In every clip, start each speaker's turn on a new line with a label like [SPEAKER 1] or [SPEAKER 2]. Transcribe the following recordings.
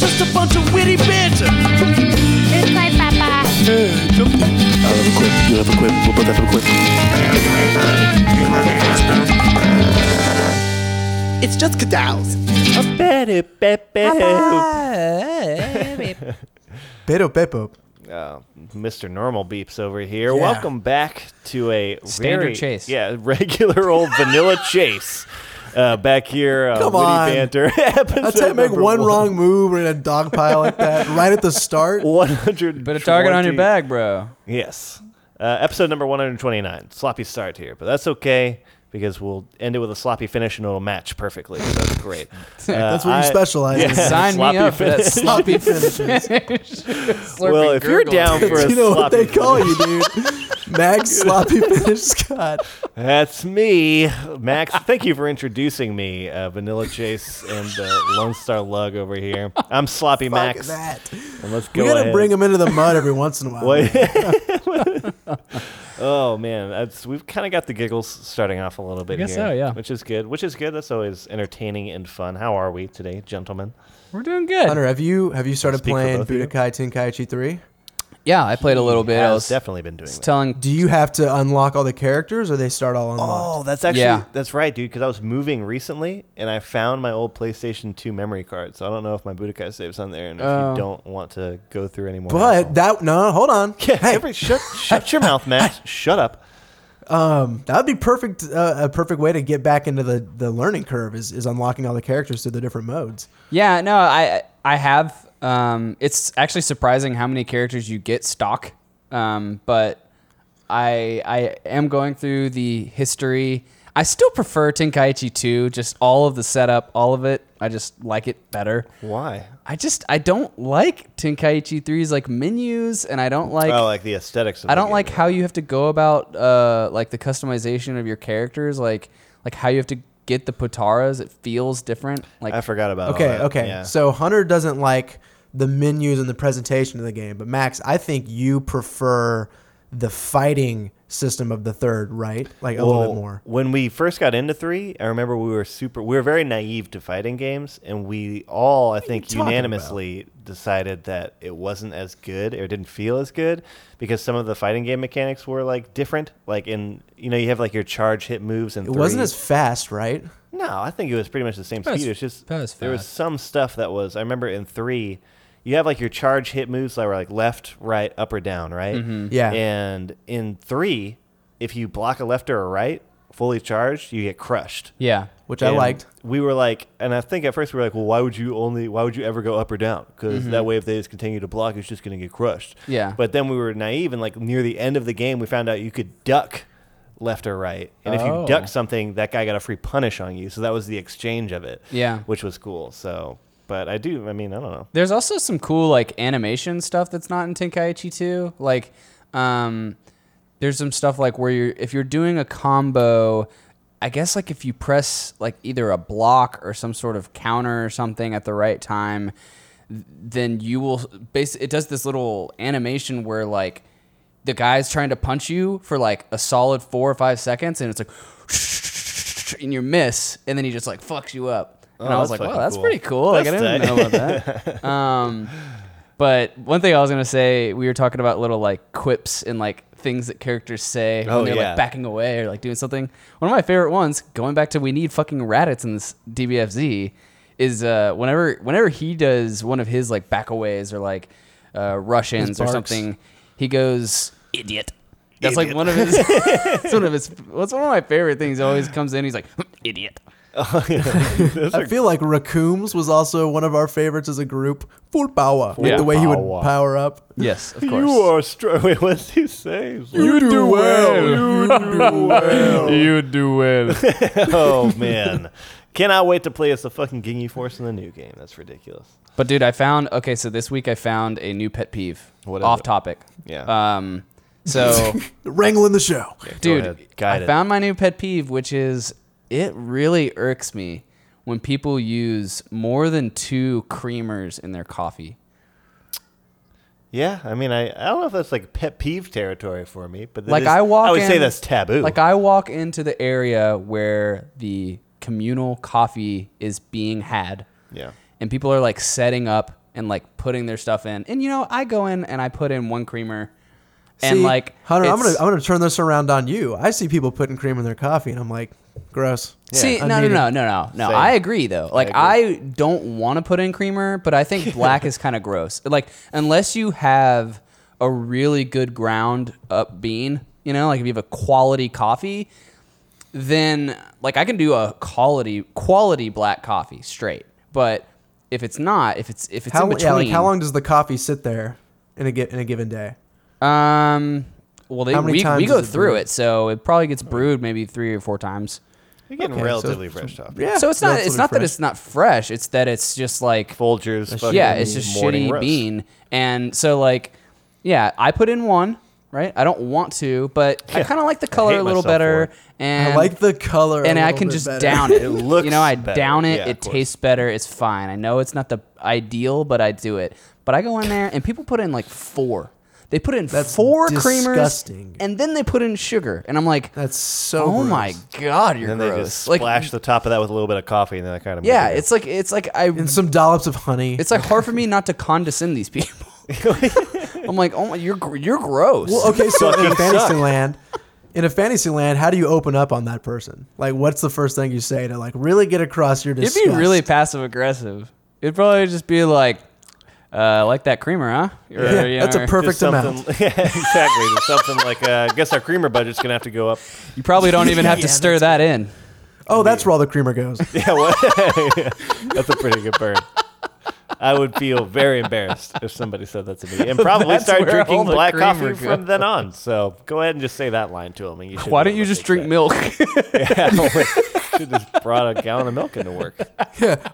[SPEAKER 1] just a bunch of witty banter.
[SPEAKER 2] Good play, Papa.
[SPEAKER 1] I love a quip. You love a quip. We'll both have a quip. It's just cadals.
[SPEAKER 3] Beto Beppo.
[SPEAKER 4] uh, Mr. Normal Beeps over here. Welcome back to a
[SPEAKER 5] Standard
[SPEAKER 4] very-
[SPEAKER 5] chase.
[SPEAKER 4] Yeah, regular old vanilla chase. Uh, back here, uh,
[SPEAKER 3] Come
[SPEAKER 4] witty
[SPEAKER 3] on.
[SPEAKER 4] banter.
[SPEAKER 3] That's
[SPEAKER 4] That's
[SPEAKER 3] it. Make one wrong move or in a dogpile like that right at the start.
[SPEAKER 4] One hundred.
[SPEAKER 5] Put a target on your back, bro.
[SPEAKER 4] Yes. Uh, episode number one hundred twenty-nine. Sloppy start here, but that's okay because we'll end it with a sloppy finish and it'll match perfectly. So that's great.
[SPEAKER 3] That's what you specialize in.
[SPEAKER 5] Sign me
[SPEAKER 4] Sloppy
[SPEAKER 5] up for that
[SPEAKER 4] finish.
[SPEAKER 5] sloppy
[SPEAKER 3] finishes.
[SPEAKER 4] Well, if you're down for a
[SPEAKER 3] you know what
[SPEAKER 4] sloppy
[SPEAKER 3] they call
[SPEAKER 4] finish-
[SPEAKER 3] you, dude. Max Sloppy Finish Scott.
[SPEAKER 4] That's me, Max. Thank you for introducing me, uh, Vanilla Chase and uh, Lone Star Lug over here. I'm Sloppy
[SPEAKER 3] Fuck
[SPEAKER 4] Max,
[SPEAKER 3] that.
[SPEAKER 4] and let's go
[SPEAKER 3] We gotta
[SPEAKER 4] ahead.
[SPEAKER 3] bring him into the mud every once in a while.
[SPEAKER 4] Wait. oh man, that's we've kind of got the giggles starting off a little bit.
[SPEAKER 5] guess
[SPEAKER 4] here,
[SPEAKER 5] so, yeah.
[SPEAKER 4] Which is good. Which is good. That's always entertaining and fun. How are we today, gentlemen?
[SPEAKER 5] We're doing good.
[SPEAKER 3] Hunter, have you have you started
[SPEAKER 4] Speak for
[SPEAKER 3] playing
[SPEAKER 4] both of you.
[SPEAKER 3] Budokai Tenkaichi 3?
[SPEAKER 5] Yeah, I played a little bit. I
[SPEAKER 4] I've
[SPEAKER 5] was
[SPEAKER 4] definitely been doing that.
[SPEAKER 5] telling
[SPEAKER 3] Do you have to unlock all the characters or they start all unlocked?
[SPEAKER 4] Oh, that's actually
[SPEAKER 5] Yeah.
[SPEAKER 4] that's right, dude. Because I was moving recently, and I found my old PlayStation 2 memory card. So I don't know if my Budokai saves on there, and if
[SPEAKER 5] Oh.
[SPEAKER 4] you don't want to go through anymore.
[SPEAKER 3] But that no, hold on.
[SPEAKER 4] Yeah,
[SPEAKER 3] hey,
[SPEAKER 4] every- shut, shut your mouth, Max. Shut up.
[SPEAKER 3] um, that would be perfect. Uh, a perfect way to get back into the, the learning curve is, is unlocking all the characters through the different modes.
[SPEAKER 5] Yeah, no, I I have. Um, it's actually surprising how many characters you get stock. Um, but I I am going through the history. I still prefer Tenkaichi 2, just all of the setup, all of it. I just like it better.
[SPEAKER 4] Why?
[SPEAKER 5] I just I don't like Tenkaichi 3's like menus and I don't like
[SPEAKER 4] oh, like the aesthetics. Of the
[SPEAKER 5] I don't
[SPEAKER 4] game.
[SPEAKER 5] like how you have to go about uh, like the customization of your characters, like like how you have to get the Potaras. It feels different. Like
[SPEAKER 4] I forgot about. all
[SPEAKER 3] Okay,
[SPEAKER 4] that.
[SPEAKER 3] okay.
[SPEAKER 4] Yeah.
[SPEAKER 3] So Hunter doesn't like the menus and the presentation of the game, but Max, I think you prefer the fighting system of the third, right? Like a little
[SPEAKER 4] Well,
[SPEAKER 3] bit more.
[SPEAKER 4] When we first got into three, I remember we were super. We were very naive to fighting games, and we all, I think,
[SPEAKER 3] talking about?
[SPEAKER 4] unanimously decided that it wasn't as good or didn't feel as good because some of the fighting game mechanics were like different. Like in, you know, you have like your charge hit moves and
[SPEAKER 3] It wasn't as fast, right?
[SPEAKER 4] No, I think it was pretty much the same
[SPEAKER 5] That was-
[SPEAKER 4] speed. It's just
[SPEAKER 5] that was
[SPEAKER 4] there was
[SPEAKER 5] fast.
[SPEAKER 4] some stuff that was. I remember in three, you have like your charge hit moves that were like left, right, up or down, right?
[SPEAKER 5] Mm-hmm.
[SPEAKER 3] Yeah.
[SPEAKER 4] And in three, if you block a left or a right, fully charged, you get crushed.
[SPEAKER 5] yeah.
[SPEAKER 3] Which I
[SPEAKER 4] And
[SPEAKER 3] liked.
[SPEAKER 4] We were like, and I think at first we were like, well, why would you only, why would you ever go up or down? Because that way, if they just continue to block, it's just going to get crushed.
[SPEAKER 5] Yeah.
[SPEAKER 4] But then we were naive, and like near the end of the game, we found out you could duck left or right, and if you
[SPEAKER 5] Oh.
[SPEAKER 4] duck something, that guy got a free punish on you. So that was the exchange of it.
[SPEAKER 5] Yeah.
[SPEAKER 4] Which was cool. So, but I do, I mean, I don't know.
[SPEAKER 5] There's also some cool like animation stuff that's not in Tenkaichi 2. Like um there's some stuff like where you're if you're doing a combo, I guess like if you press like either a block or some sort of counter or something at the right time, th- then you will base it does this little animation where like the guy's trying to punch you for like a solid 4 or 5 seconds and it's like and you miss and then he just like fucks you up. And
[SPEAKER 4] Oh,
[SPEAKER 5] I was
[SPEAKER 4] that's
[SPEAKER 5] like, "Wow,
[SPEAKER 4] fucking
[SPEAKER 5] that's
[SPEAKER 4] cool.
[SPEAKER 5] pretty cool." Like I
[SPEAKER 4] That's
[SPEAKER 5] didn't
[SPEAKER 4] tight.
[SPEAKER 5] know about that. Um, but one thing I was gonna say, we were talking about little like quips and like things that characters say
[SPEAKER 4] Oh,
[SPEAKER 5] when they're
[SPEAKER 4] yeah.
[SPEAKER 5] like backing away or like doing something. One of my favorite ones, going back to we need fucking Raditz in this DBFZ, is uh, whenever whenever he does one of his like backaways or like uh, rush-ins or
[SPEAKER 3] barks.
[SPEAKER 5] something, he goes idiot. That's like one of his. that's one of his. That's one of my favorite things. He always comes in. He's like idiot.
[SPEAKER 3] I feel like Raccoons was also one of our favorites as a group. Full power. Like
[SPEAKER 5] Yeah.
[SPEAKER 3] the way he would
[SPEAKER 4] Power.
[SPEAKER 3] power up.
[SPEAKER 5] Yes, of course.
[SPEAKER 4] You are strong. Wait, what's he saying?
[SPEAKER 3] You do well.
[SPEAKER 5] You do well.
[SPEAKER 4] oh, man. Cannot wait to play as the fucking Gingy Force in the new game. That's ridiculous.
[SPEAKER 5] But dude, I found okay. So this week I found a new pet peeve.
[SPEAKER 4] What is
[SPEAKER 5] off
[SPEAKER 4] it?
[SPEAKER 5] topic?
[SPEAKER 4] Yeah.
[SPEAKER 5] Um. So,
[SPEAKER 3] Wrangling the show.
[SPEAKER 4] ahead.
[SPEAKER 5] dude,
[SPEAKER 4] Guide
[SPEAKER 5] I
[SPEAKER 4] it.
[SPEAKER 5] found my new pet peeve, which is it really irks me when people use more than two creamers in their coffee.
[SPEAKER 4] Yeah, I mean, I, I don't know if that's like pet peeve territory for me, but that
[SPEAKER 5] Like
[SPEAKER 4] is-
[SPEAKER 5] I walk.
[SPEAKER 4] I would say
[SPEAKER 5] in-
[SPEAKER 4] that's taboo.
[SPEAKER 5] Like I walk into the area where the communal coffee is being had.
[SPEAKER 4] yeah,
[SPEAKER 5] and people are like setting up and like putting their stuff in. And you know, I go in and I put in one creamer, and
[SPEAKER 3] See,
[SPEAKER 5] like
[SPEAKER 3] Hunter, I'm gonna
[SPEAKER 5] it's-
[SPEAKER 3] I'm gonna turn this around on you. I see people putting cream in their coffee, and I'm like, gross.
[SPEAKER 5] See,
[SPEAKER 3] I
[SPEAKER 5] no, no,
[SPEAKER 3] need
[SPEAKER 5] no,
[SPEAKER 3] it.
[SPEAKER 5] no, no, no.
[SPEAKER 4] Same.
[SPEAKER 5] I agree though. Like, I,
[SPEAKER 4] agree.
[SPEAKER 5] don't want to put in creamer, but I think black is kind of gross. Like, unless you have a really good ground up bean, you know, like if you have a quality coffee, then like I can do a quality quality black coffee straight. But if it's not, if it's if it's
[SPEAKER 3] How
[SPEAKER 5] in between,
[SPEAKER 3] yeah, like how long does the coffee sit there in a gi- in a given day?
[SPEAKER 5] Um, well, they,
[SPEAKER 3] How many
[SPEAKER 5] we
[SPEAKER 3] times
[SPEAKER 5] we go
[SPEAKER 3] is it
[SPEAKER 5] through
[SPEAKER 3] brewed?
[SPEAKER 5] it, so it probably gets brewed maybe three or four times.
[SPEAKER 4] You're getting
[SPEAKER 3] Okay, so-
[SPEAKER 4] relatively fresh off.
[SPEAKER 3] Yeah.
[SPEAKER 5] so it's not
[SPEAKER 3] relatively
[SPEAKER 5] it's not that
[SPEAKER 3] fresh.
[SPEAKER 5] it's not fresh. It's that it's just like
[SPEAKER 4] Folgers. fucking
[SPEAKER 5] yeah, it's just
[SPEAKER 4] morning
[SPEAKER 5] shitty
[SPEAKER 4] roast.
[SPEAKER 5] bean. And so like, yeah, I put in one. Right, I don't want to, but I
[SPEAKER 4] Yeah.
[SPEAKER 5] kind of like the
[SPEAKER 4] hate
[SPEAKER 5] color a little
[SPEAKER 4] myself for
[SPEAKER 5] better,
[SPEAKER 4] it.
[SPEAKER 5] and
[SPEAKER 3] I like the color, a
[SPEAKER 5] and I
[SPEAKER 3] little
[SPEAKER 5] can
[SPEAKER 3] bit
[SPEAKER 5] just
[SPEAKER 3] better.
[SPEAKER 5] down it.
[SPEAKER 4] It looks
[SPEAKER 5] you know, I
[SPEAKER 4] better.
[SPEAKER 5] down it.
[SPEAKER 4] Yeah,
[SPEAKER 5] it
[SPEAKER 4] of course.
[SPEAKER 5] tastes better. It's fine. I know it's not the ideal, but I do it. But I go in there and people put in like four. They put in
[SPEAKER 3] That's
[SPEAKER 5] four
[SPEAKER 3] disgusting.
[SPEAKER 5] creamers, and then they put in sugar, and I'm like,
[SPEAKER 3] That's so.
[SPEAKER 5] oh
[SPEAKER 3] gross.
[SPEAKER 5] my god, you're
[SPEAKER 4] And then
[SPEAKER 5] gross.
[SPEAKER 4] they just
[SPEAKER 5] like,
[SPEAKER 4] splash the top of that with a little bit of coffee, and then I kind of
[SPEAKER 5] yeah, it's like it's like I.
[SPEAKER 3] And some dollops of honey.
[SPEAKER 5] It's like hard for me not to condescend these people. I'm like, oh my, you're gr- you're gross.
[SPEAKER 3] Well, okay, so in
[SPEAKER 4] Fucking
[SPEAKER 3] fantasy land, in a fantasy land, how do you open up on that person? Like, what's the first thing you say to like really get across your
[SPEAKER 5] It'd
[SPEAKER 3] disgust?
[SPEAKER 5] be really passive aggressive. It'd probably just be like, uh, like that creamer, huh? Or,
[SPEAKER 3] Yeah,
[SPEAKER 5] you
[SPEAKER 3] that's a
[SPEAKER 5] or-
[SPEAKER 3] perfect amount.
[SPEAKER 4] something. Yeah, exactly. Just something like uh, I guess our creamer budget's gonna have to go up.
[SPEAKER 5] You probably don't even have
[SPEAKER 3] Yeah,
[SPEAKER 5] to stir that in.
[SPEAKER 3] Oh, that's where all the creamer goes.
[SPEAKER 4] Yeah, well, that's a pretty good burn. I would feel very embarrassed if somebody said that to me, and probably
[SPEAKER 5] That's
[SPEAKER 4] start
[SPEAKER 5] where all
[SPEAKER 4] drinking
[SPEAKER 5] the
[SPEAKER 4] black
[SPEAKER 5] creamer
[SPEAKER 4] coffee from
[SPEAKER 5] goes.
[SPEAKER 4] then on. So go ahead and just say that line to him. And you should
[SPEAKER 5] Why
[SPEAKER 4] be
[SPEAKER 5] don't
[SPEAKER 4] able
[SPEAKER 5] you
[SPEAKER 4] to
[SPEAKER 5] just
[SPEAKER 4] take
[SPEAKER 5] drink
[SPEAKER 4] that.
[SPEAKER 5] milk?
[SPEAKER 4] Yeah, should just brought a gallon of milk into work.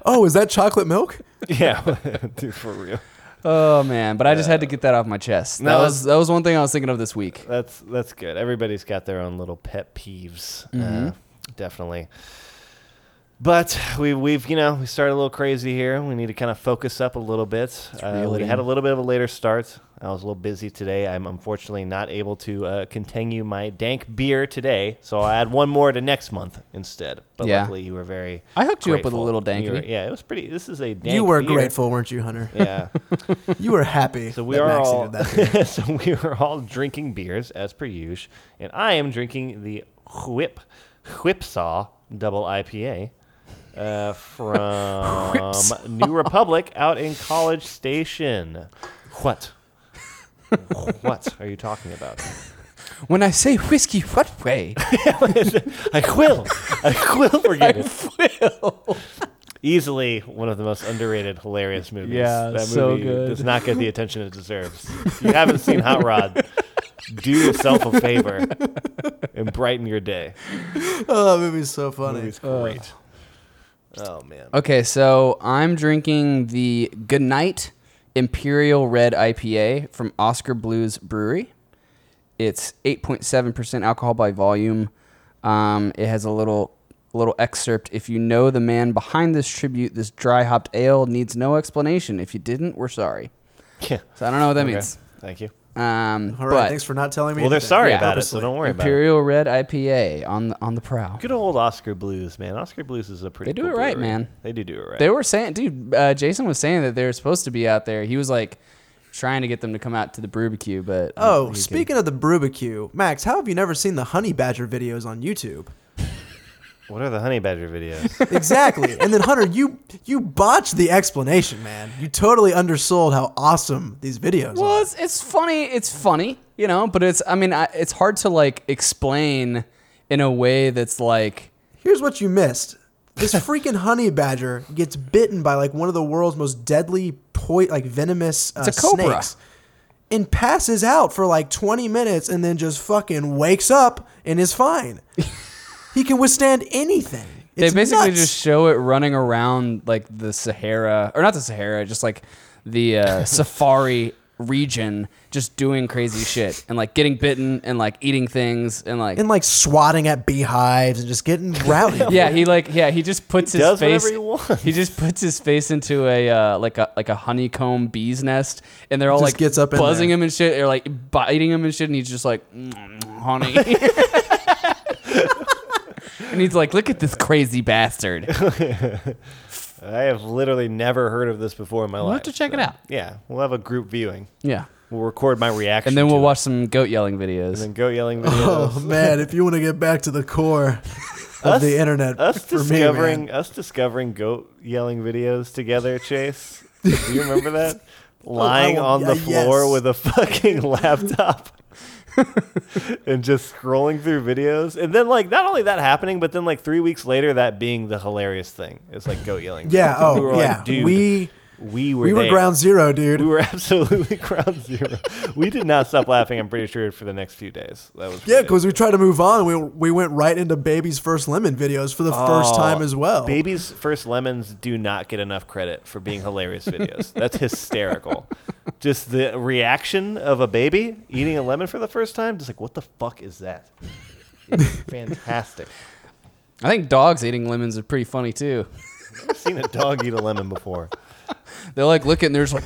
[SPEAKER 3] oh, is that chocolate milk?
[SPEAKER 4] Yeah, dude, for real.
[SPEAKER 5] oh man, but I just had to get that off my chest. That
[SPEAKER 4] No,
[SPEAKER 5] was that was one thing I was thinking of this week.
[SPEAKER 4] That's that's good. Everybody's got their own little pet peeves,
[SPEAKER 5] Mm-hmm.
[SPEAKER 4] uh, definitely. But we we've you know we started a little crazy here. We need to kind of focus up a little bit. Uh,
[SPEAKER 5] reel it
[SPEAKER 4] we had a
[SPEAKER 5] in.
[SPEAKER 4] little bit of a later start. I was a little busy today. I'm unfortunately not able to uh, continue my dank beer today, so I'll add one more to next month instead. But
[SPEAKER 5] Yeah.
[SPEAKER 4] luckily, you were very.
[SPEAKER 5] I hooked you up with a
[SPEAKER 4] grateful.
[SPEAKER 5] little
[SPEAKER 4] You were-
[SPEAKER 5] dankity.
[SPEAKER 4] Yeah, it was pretty. This is a dank
[SPEAKER 3] you were
[SPEAKER 4] beer.
[SPEAKER 3] grateful, weren't you, Hunter?
[SPEAKER 4] Yeah.
[SPEAKER 3] You were happy.
[SPEAKER 4] So we
[SPEAKER 3] that
[SPEAKER 4] are
[SPEAKER 3] Maxie
[SPEAKER 4] all
[SPEAKER 3] did that.
[SPEAKER 4] so we are all drinking beers as per usual, and I am drinking the Whip Whipsaw Double IPA uh, from New Republic out in College Station. What? what are you talking about?
[SPEAKER 5] When I say whiskey, what way?
[SPEAKER 4] I will. I will forget it. Easily one of the most underrated, hilarious movies.
[SPEAKER 5] Yeah,
[SPEAKER 4] that
[SPEAKER 5] so
[SPEAKER 4] movie
[SPEAKER 5] good.
[SPEAKER 4] does not get the attention it deserves. If you haven't seen Hot Rod, do yourself a favor and brighten your day.
[SPEAKER 3] Oh, that movie's so
[SPEAKER 4] The
[SPEAKER 3] funny.
[SPEAKER 4] movie's great. oh man.
[SPEAKER 5] okay, so I'm drinking the Goodnight Imperial Red IPA from Oscar Blues Brewery. It's 8.7% alcohol by volume. Um, it has a little little excerpt. If you know the man behind this tribute, this dry hopped ale needs no explanation. If you didn't, we're sorry.
[SPEAKER 4] Yeah.
[SPEAKER 5] So I don't know what that
[SPEAKER 4] Okay.
[SPEAKER 5] means.
[SPEAKER 4] Thank you.
[SPEAKER 5] Um,
[SPEAKER 3] All
[SPEAKER 5] but
[SPEAKER 3] right, thanks for not telling me.
[SPEAKER 4] Well, they're
[SPEAKER 3] anything.
[SPEAKER 4] sorry
[SPEAKER 5] Yeah.
[SPEAKER 4] about it, so don't worry about it.
[SPEAKER 5] Imperial Red IPA on the, on the prowl.
[SPEAKER 4] Good old Oscar Blues, man. Oscar Blues is a pretty.
[SPEAKER 5] They do
[SPEAKER 4] cool
[SPEAKER 5] it right,
[SPEAKER 4] brewery.
[SPEAKER 5] man.
[SPEAKER 4] They do do it right.
[SPEAKER 5] They were saying, dude, uh, Jason was saying that they were supposed to be out there. He was like trying to get them to come out to the barbecue, but I don't
[SPEAKER 3] Oh,
[SPEAKER 5] think he
[SPEAKER 3] speaking of the barbecue, Max, how have you never seen the honey badger videos on YouTube?
[SPEAKER 4] what are the Honey Badger videos?
[SPEAKER 3] Exactly. and then Hunter, you you botched the explanation, man. You totally undersold how awesome these videos
[SPEAKER 5] could. well,
[SPEAKER 3] are.
[SPEAKER 5] it's, it's funny. It's funny, you know. But it's I mean, I, it's hard to like explain in a way that's like
[SPEAKER 3] Here's what you missed. This freaking honey badger gets bitten by like one of the world's most deadly poi- like venomous uh,
[SPEAKER 5] It's a cobra.
[SPEAKER 3] snakes and passes out for like 20 minutes and then just fucking wakes up and is fine. he can withstand anything. It's
[SPEAKER 5] they basically
[SPEAKER 3] nuts.
[SPEAKER 5] just show it running around like the Sahara or not the Sahara, just like the uh, safari region, just doing crazy shit and like getting bitten and like eating things and like
[SPEAKER 3] and like swatting at beehives and just getting rowdy.
[SPEAKER 5] Yeah, he like yeah, he just puts his
[SPEAKER 4] does whatever
[SPEAKER 5] face.
[SPEAKER 4] he wants.
[SPEAKER 5] just puts his face into a uh, like a like a honeycomb bee's nest, and they're all
[SPEAKER 3] Just
[SPEAKER 5] like
[SPEAKER 3] gets up in
[SPEAKER 5] buzzing
[SPEAKER 3] there.
[SPEAKER 5] him and shit. They're like biting him and shit, and he's just like "Mm, honey. and he's like, look at this crazy bastard.
[SPEAKER 4] I have literally never heard of this before in my life.
[SPEAKER 6] have to check it out.
[SPEAKER 4] Yeah, we'll have a group viewing.
[SPEAKER 5] Yeah.
[SPEAKER 4] We'll record my reaction,
[SPEAKER 5] And then
[SPEAKER 4] to
[SPEAKER 5] we'll
[SPEAKER 4] it.
[SPEAKER 5] watch some goat yelling videos.
[SPEAKER 4] and then go yelling videos.
[SPEAKER 3] Oh man, if you want to get back to the core of the internet,
[SPEAKER 4] us
[SPEAKER 3] for
[SPEAKER 4] discovering
[SPEAKER 3] me, man.
[SPEAKER 4] us discovering goat yelling videos together, Chase. Do you remember that? Lying
[SPEAKER 3] will-
[SPEAKER 4] on the
[SPEAKER 3] yeah,
[SPEAKER 4] floor
[SPEAKER 3] yes.
[SPEAKER 4] with a fucking laptop and just scrolling through videos. And then like not only that happening, but then like three weeks later that being the hilarious thing. It's like goat yelling.
[SPEAKER 3] yeah,
[SPEAKER 4] videos.
[SPEAKER 3] oh
[SPEAKER 4] We were like,
[SPEAKER 3] yeah,
[SPEAKER 4] dude,
[SPEAKER 3] we
[SPEAKER 4] we were
[SPEAKER 3] we were
[SPEAKER 4] there.
[SPEAKER 3] ground zero, dude.
[SPEAKER 4] We were absolutely ground zero. we did not stop laughing, I'm pretty sure, for the next few days. That was
[SPEAKER 3] yeah,
[SPEAKER 4] ridiculous.
[SPEAKER 3] because we tried to move on. We we went right into baby's first lemon videos for the first
[SPEAKER 4] Oh,
[SPEAKER 3] time as well.
[SPEAKER 4] Baby's first lemons do not get enough credit for being hilarious videos. That's hysterical. Just the reaction of a baby eating a lemon for the first time, just like what the fuck is that? It's fantastic.
[SPEAKER 5] I think dogs eating lemons are pretty funny too.
[SPEAKER 4] I've seen a dog eat a lemon before.
[SPEAKER 5] They like look at and they're just like,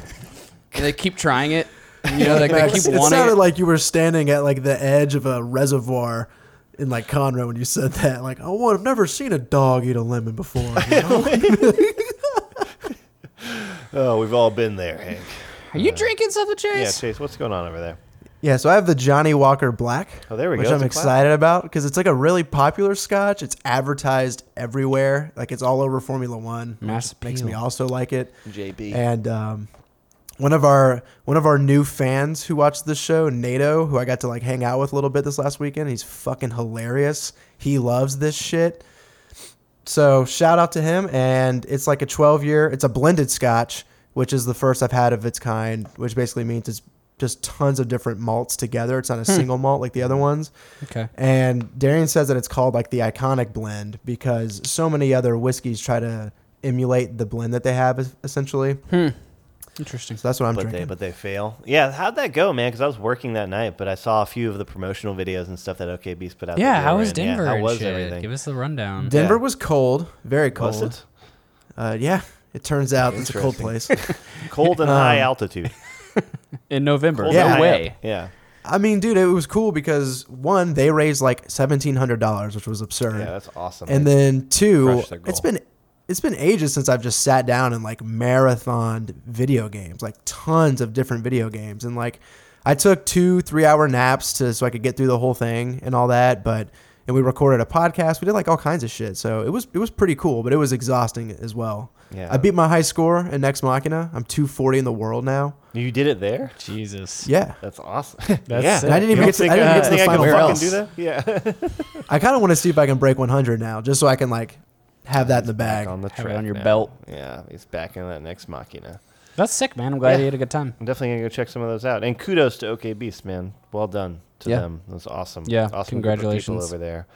[SPEAKER 5] and they keep trying it. You know, like they
[SPEAKER 3] Max,
[SPEAKER 5] keep
[SPEAKER 3] it
[SPEAKER 5] wanting.
[SPEAKER 3] sounded
[SPEAKER 5] It.
[SPEAKER 3] like you were standing at like the edge of a reservoir in like Conroe when you said that. Like, oh, well, I've never seen a dog eat a lemon before. you know?
[SPEAKER 4] Oh, we've all been there, Hank.
[SPEAKER 5] Are you drinking something,
[SPEAKER 4] Yeah,
[SPEAKER 5] Chase?
[SPEAKER 4] Chase, what's going on over there?
[SPEAKER 3] Yeah, so I have the Johnny Walker Black.
[SPEAKER 4] Oh, there we
[SPEAKER 3] which
[SPEAKER 4] go.
[SPEAKER 3] I'm
[SPEAKER 4] It's a classic.
[SPEAKER 3] excited about because it's like a really popular Scotch. It's advertised everywhere. Like it's all over Formula One. which
[SPEAKER 5] Mass
[SPEAKER 3] makes
[SPEAKER 5] appeal.
[SPEAKER 3] me also like it.
[SPEAKER 4] JB.
[SPEAKER 3] And um, one of our one of our new fans who watched this show, Nato, who I got to like hang out with a little bit this last weekend. He's fucking hilarious. He loves this shit. So shout out to him, and it's like a 12 year. It's a blended Scotch, which is the first I've had of its kind, which basically means it's just tons of different malts together. It's not a single malt like the other ones.
[SPEAKER 5] Okay.
[SPEAKER 3] And Darian says that it's called like the iconic blend because so many other whiskeys try to emulate the blend that they have es- essentially.
[SPEAKER 5] Interesting.
[SPEAKER 3] So that's what I'm
[SPEAKER 4] but they
[SPEAKER 3] drinking.
[SPEAKER 4] but they fail. Yeah, how'd that go, man? Because I was working that night, but I saw a few of the promotional videos and stuff that OK Beast put out. that
[SPEAKER 5] Yeah.
[SPEAKER 4] we
[SPEAKER 5] How
[SPEAKER 4] were
[SPEAKER 5] was
[SPEAKER 4] in. Yeah,
[SPEAKER 5] Denver?
[SPEAKER 4] how
[SPEAKER 5] and
[SPEAKER 4] was
[SPEAKER 5] shit?
[SPEAKER 4] everything?
[SPEAKER 5] Give us the rundown.
[SPEAKER 3] Denver
[SPEAKER 4] yeah.
[SPEAKER 3] was cold, very
[SPEAKER 4] Was
[SPEAKER 3] cold.
[SPEAKER 4] it
[SPEAKER 3] Uh, yeah, it turns out it's a cold place.
[SPEAKER 4] cold and high
[SPEAKER 5] Um,
[SPEAKER 4] altitude?
[SPEAKER 5] in November.
[SPEAKER 4] Cold
[SPEAKER 3] Yeah.
[SPEAKER 4] and high
[SPEAKER 5] No
[SPEAKER 4] al-
[SPEAKER 5] way.
[SPEAKER 4] Yeah.
[SPEAKER 3] I mean, dude, it was cool because one, they raised like seventeen hundred dollars, which was absurd.
[SPEAKER 4] Yeah, that's awesome.
[SPEAKER 3] and then two,
[SPEAKER 4] crushed their
[SPEAKER 3] it's
[SPEAKER 4] goal.
[SPEAKER 3] been it's been ages since I've just sat down and like marathoned video games, like tons of different video games, and like I took two three hour naps to so I could get through the whole thing and all that, but. And we recorded a podcast. We did like all kinds of shit. So it was it was pretty cool, but it was exhausting as well.
[SPEAKER 4] Yeah.
[SPEAKER 3] I beat my high score in Next Machina. I'm 240 in the world now.
[SPEAKER 4] you did it there.
[SPEAKER 5] Jesus.
[SPEAKER 3] Yeah.
[SPEAKER 4] That's awesome. That's
[SPEAKER 5] sick. And
[SPEAKER 3] I didn't even get to- I didn't get to the final
[SPEAKER 4] I can
[SPEAKER 3] round.
[SPEAKER 4] fucking do that. Yeah,
[SPEAKER 3] I kind of want to see if I can break 100 now, just so I can like have that in the bag.
[SPEAKER 4] the
[SPEAKER 5] Have it on your belt.
[SPEAKER 4] Yeah, he's back in that next machina.
[SPEAKER 5] That's sick, man. I'm glad
[SPEAKER 4] Yeah.
[SPEAKER 5] you had a good time.
[SPEAKER 4] I'm definitely gonna go check some of those out. And kudos to OK Beast, man. Well done to
[SPEAKER 5] Yeah.
[SPEAKER 4] them. That's awesome.
[SPEAKER 5] Yeah,
[SPEAKER 4] awesome group of
[SPEAKER 5] congratulations.
[SPEAKER 4] people over there.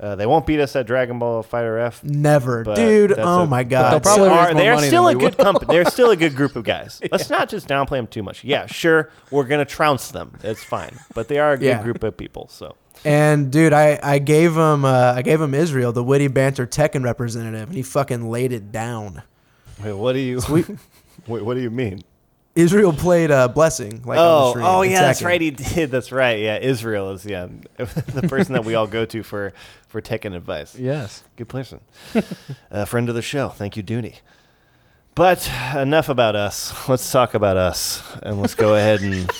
[SPEAKER 4] Uh, they won't beat us at Dragon Ball Fighter F.
[SPEAKER 3] Never,
[SPEAKER 4] But
[SPEAKER 3] dude.
[SPEAKER 4] that's
[SPEAKER 3] Oh
[SPEAKER 4] a-
[SPEAKER 3] my
[SPEAKER 5] they'll
[SPEAKER 3] god.
[SPEAKER 5] prob- probably
[SPEAKER 4] They
[SPEAKER 5] raise
[SPEAKER 4] are,
[SPEAKER 5] more
[SPEAKER 4] they're
[SPEAKER 5] money
[SPEAKER 4] still
[SPEAKER 5] than
[SPEAKER 4] a
[SPEAKER 5] we
[SPEAKER 4] good company. They're still a good group of guys. Let's not just downplay them too much. Yeah, sure, we're gonna trounce them. It's fine, but they are a good
[SPEAKER 3] Yeah.
[SPEAKER 4] group of people. So
[SPEAKER 3] and dude, I I gave him uh, I gave him Israel, the witty banter Tekken representative, and he fucking laid it down.
[SPEAKER 4] Wait, what do you?
[SPEAKER 3] Sweet.
[SPEAKER 4] Wait, what do you mean?
[SPEAKER 3] Israel played uh, blessing. Like on the
[SPEAKER 4] Oh,
[SPEAKER 3] stream
[SPEAKER 4] oh
[SPEAKER 3] in
[SPEAKER 4] yeah, that's
[SPEAKER 3] Tekken.
[SPEAKER 4] right. He did. That's right. Yeah, Israel is yeah the person that we all go to for for tech and advice.
[SPEAKER 5] Yes.
[SPEAKER 4] Good person, uh, friend of the show. Thank you, Dooney. But enough about us. Let's talk about us, and let's go ahead and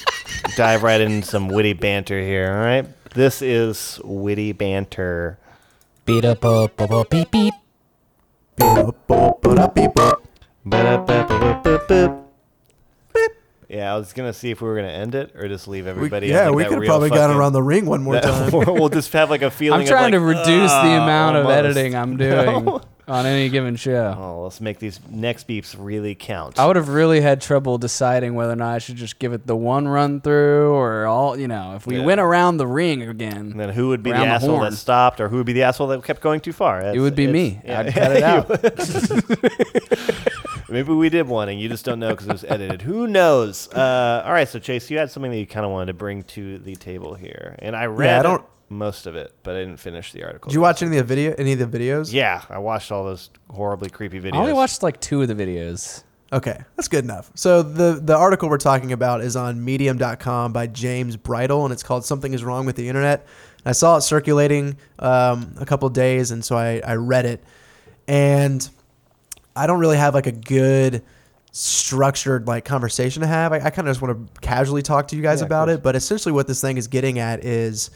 [SPEAKER 4] dive right into some witty banter here. All right, this is witty banter.
[SPEAKER 6] Beat up, up, up, up, beep, beep.
[SPEAKER 4] Ba-da-ba-ba-ba-ba-boop. Yeah, I was gonna see if we were gonna end it or just leave
[SPEAKER 3] We,
[SPEAKER 4] everybody. on,
[SPEAKER 3] yeah,
[SPEAKER 4] like,
[SPEAKER 3] we
[SPEAKER 4] that
[SPEAKER 3] could have
[SPEAKER 4] real
[SPEAKER 3] probably gone
[SPEAKER 4] fucking-
[SPEAKER 3] around the ring one more
[SPEAKER 4] that-
[SPEAKER 3] time.
[SPEAKER 4] or we'll just have like a feeling.
[SPEAKER 5] I'm trying to
[SPEAKER 4] of like,
[SPEAKER 5] reduce the
[SPEAKER 4] "Ah,
[SPEAKER 5] amount of
[SPEAKER 4] almost."
[SPEAKER 5] editing I'm doing
[SPEAKER 4] No.
[SPEAKER 5] on any given show.
[SPEAKER 4] Oh, let's make these next beeps really count.
[SPEAKER 5] I would have really had trouble deciding whether or not I should just give it the one run through or all, you know, if we
[SPEAKER 4] Yeah.
[SPEAKER 5] went around the ring
[SPEAKER 4] and
[SPEAKER 5] again,
[SPEAKER 4] then who would be the
[SPEAKER 5] Around the
[SPEAKER 4] asshole
[SPEAKER 5] horn.
[SPEAKER 4] that stopped, or who would be the asshole that kept going too far?
[SPEAKER 5] it
[SPEAKER 4] It's-
[SPEAKER 5] would be
[SPEAKER 4] it's-
[SPEAKER 5] me.
[SPEAKER 4] yeah.
[SPEAKER 5] I'd cut it out.
[SPEAKER 4] Maybe we did one, and you just don't know because it was edited. Who knows? Uh, all right, so Chase, you had something that you kind of wanted to bring to the table here, and I read
[SPEAKER 3] don't-
[SPEAKER 4] most of it, but I didn't finish the article.
[SPEAKER 3] Did you watch any of the video? Any of the videos?
[SPEAKER 4] Yeah, I watched all those horribly creepy videos.
[SPEAKER 5] I only watched like two of the videos.
[SPEAKER 3] Okay, that's good enough. So the the article we're talking about is on Medium.com by James Bridle, and it's called "Something Is Wrong with the Internet." And I saw it circulating um, a couple days, and so I, I read it, and I don't really have like a good structured like conversation to have. I, I kind of just want to casually talk to you guys
[SPEAKER 4] Yeah, of
[SPEAKER 3] about
[SPEAKER 4] course.
[SPEAKER 3] it. But essentially, what this thing is getting at is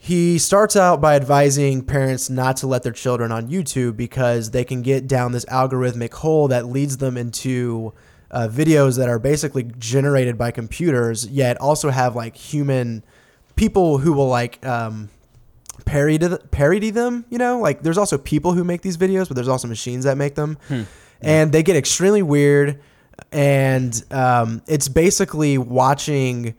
[SPEAKER 3] he starts out by advising parents not to let their children on YouTube because they can get down this algorithmic hole that leads them into uh, videos that are basically generated by computers, yet also have like human people who will like um, parody th- parody them. You know, like there's also people who make these videos, but there's also machines that make them, and they get extremely weird. And um, it's basically watching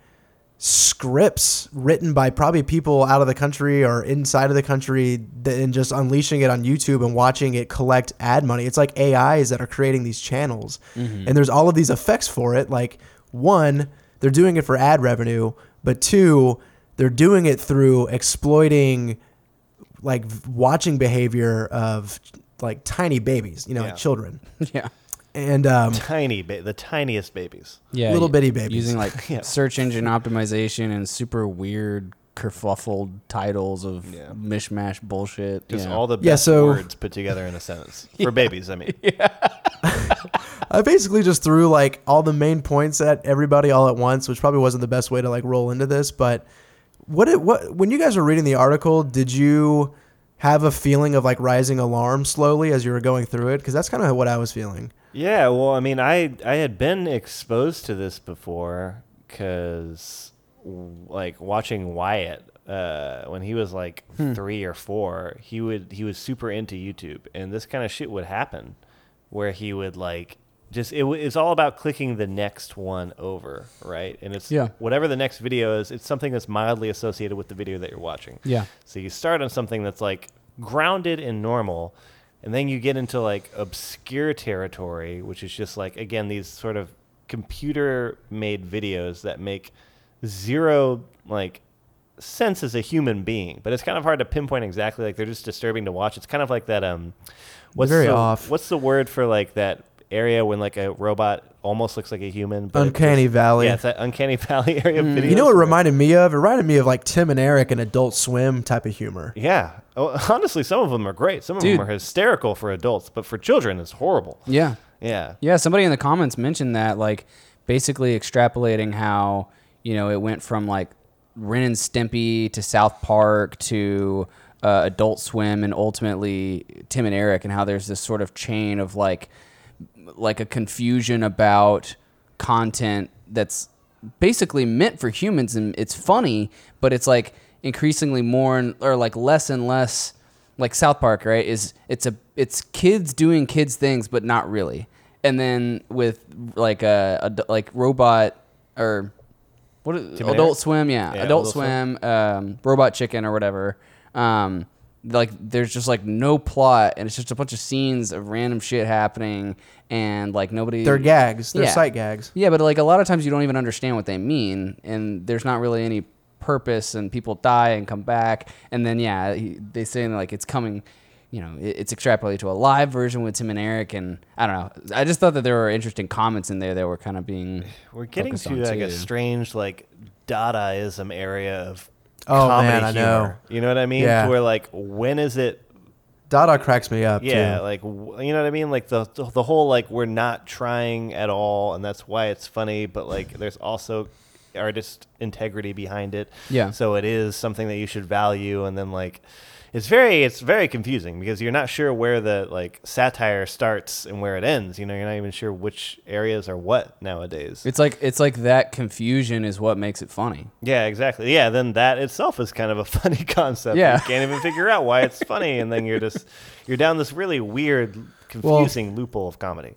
[SPEAKER 3] scripts written by probably people out of the country or inside of the country that, and just unleashing it on YouTube and watching it collect ad money. It's like AIs that are creating these channels. And there's all of these effects for it. Like, one, they're doing it for ad revenue, but two, they're doing it through exploiting like v- watching behavior of like tiny babies, you know,
[SPEAKER 4] Yeah.
[SPEAKER 3] like children.
[SPEAKER 5] yeah.
[SPEAKER 3] And um
[SPEAKER 4] Tiny, ba- the tiniest babies.
[SPEAKER 5] Yeah.
[SPEAKER 3] Little
[SPEAKER 5] y-
[SPEAKER 3] bitty babies.
[SPEAKER 5] Using like
[SPEAKER 4] Yeah.
[SPEAKER 5] search engine optimization and super weird kerfuffled titles of
[SPEAKER 4] Yeah.
[SPEAKER 5] mishmash bullshit.
[SPEAKER 4] Just
[SPEAKER 5] yeah.
[SPEAKER 4] all the best
[SPEAKER 3] Yeah, so-
[SPEAKER 4] words put together in a sentence for babies. I mean,
[SPEAKER 3] I basically just threw like all the main points at everybody all at once, which probably wasn't the best way to like roll into this. But what it what when you guys were reading the article, did you have a feeling of like rising alarm slowly as you were going through it? Because that's kind of what I was feeling.
[SPEAKER 4] Yeah, well, I mean, I I had been exposed to this before because like watching Wyatt uh, when he was like three or four, he would he was super into YouTube, and this kind of shit would happen where he would like just it, w- it's all about clicking the next one over, right? And it's
[SPEAKER 5] Yeah.
[SPEAKER 4] whatever the next video is, it's something that's mildly associated with the video that you're watching.
[SPEAKER 5] Yeah.
[SPEAKER 4] So you start on something that's like grounded and normal, and then you get into like obscure territory, which is just like again these sort of computer-made videos that make zero like sense as a human being. But it's kind of hard to pinpoint exactly. Like they're just disturbing to watch. It's kind of like that. Um, what's
[SPEAKER 3] Very
[SPEAKER 4] the,
[SPEAKER 3] off.
[SPEAKER 4] What's the word for like that area when like a robot almost looks like a human? But it
[SPEAKER 3] Uncanny
[SPEAKER 4] just-
[SPEAKER 3] Valley. Mm.
[SPEAKER 4] Yeah, it's that uncanny valley area. Of videos
[SPEAKER 3] You know what it
[SPEAKER 4] where-
[SPEAKER 3] reminded me of? It reminded me of like Tim and Eric and Adult Swim type of humor.
[SPEAKER 4] Yeah. Oh, honestly, some of them are great. Some of
[SPEAKER 5] Dude.
[SPEAKER 4] them are hysterical for adults, but for children, it's horrible.
[SPEAKER 5] Yeah.
[SPEAKER 4] Yeah.
[SPEAKER 5] Yeah, somebody in the comments mentioned that, like, basically extrapolating how, you know, it went from, like, Ren and Stimpy to South Park to uh, Adult Swim and ultimately Tim and Eric, and how there's this sort of chain of, like, like a confusion about content that's basically meant for humans and it's funny, but it's like increasingly more and or like less and less like South Park, right? Is it's a it's kids doing kids things, but not really. And then with like a, a like robot or what is,
[SPEAKER 4] and
[SPEAKER 5] Adult
[SPEAKER 4] Eric?
[SPEAKER 5] Swim, yeah,
[SPEAKER 4] Yeah,
[SPEAKER 5] Adult
[SPEAKER 4] Adult
[SPEAKER 5] Swim,
[SPEAKER 4] Swim.
[SPEAKER 5] um, Robot Chicken or whatever. Um, like there's just like no plot, and it's just a bunch of scenes of random shit happening, and like nobody.
[SPEAKER 3] They're gags. They're
[SPEAKER 5] Yeah.
[SPEAKER 3] sight gags.
[SPEAKER 5] Yeah, but like a lot of times you don't even understand what they mean, and there's not really any purpose, and people die and come back, and then yeah, he, they say like it's coming. You know, it- it's extrapolated to a live version with Tim and Eric, and I don't know. I just thought that there were interesting comments in there that were kind of being.
[SPEAKER 4] We're getting
[SPEAKER 5] focused
[SPEAKER 4] to
[SPEAKER 5] on,
[SPEAKER 4] like a
[SPEAKER 5] too.
[SPEAKER 4] strange, like, Dadaism area of
[SPEAKER 3] Oh,
[SPEAKER 4] comedy
[SPEAKER 3] man, I know.
[SPEAKER 4] humor. You know what I mean?
[SPEAKER 3] Yeah.
[SPEAKER 4] To Where, like, when is it
[SPEAKER 3] Dada cracks me up.
[SPEAKER 4] Yeah,
[SPEAKER 3] too.
[SPEAKER 4] like w- you know what I mean. Like the the whole like we're not trying at all, and that's why it's funny. But like, there's also artist integrity behind it.
[SPEAKER 5] Yeah.
[SPEAKER 4] So it is something that you should value, and then like, it's very it's very confusing because you're not sure where the like satire starts and where it ends. You know, you're not even sure which areas are what nowadays.
[SPEAKER 5] It's like it's like that confusion is what makes it funny.
[SPEAKER 4] Yeah, exactly. Yeah, then that itself is kind of a funny concept.
[SPEAKER 5] Yeah.
[SPEAKER 4] You can't even figure out why it's funny, and then you're just you're down this really weird, confusing loophole of comedy.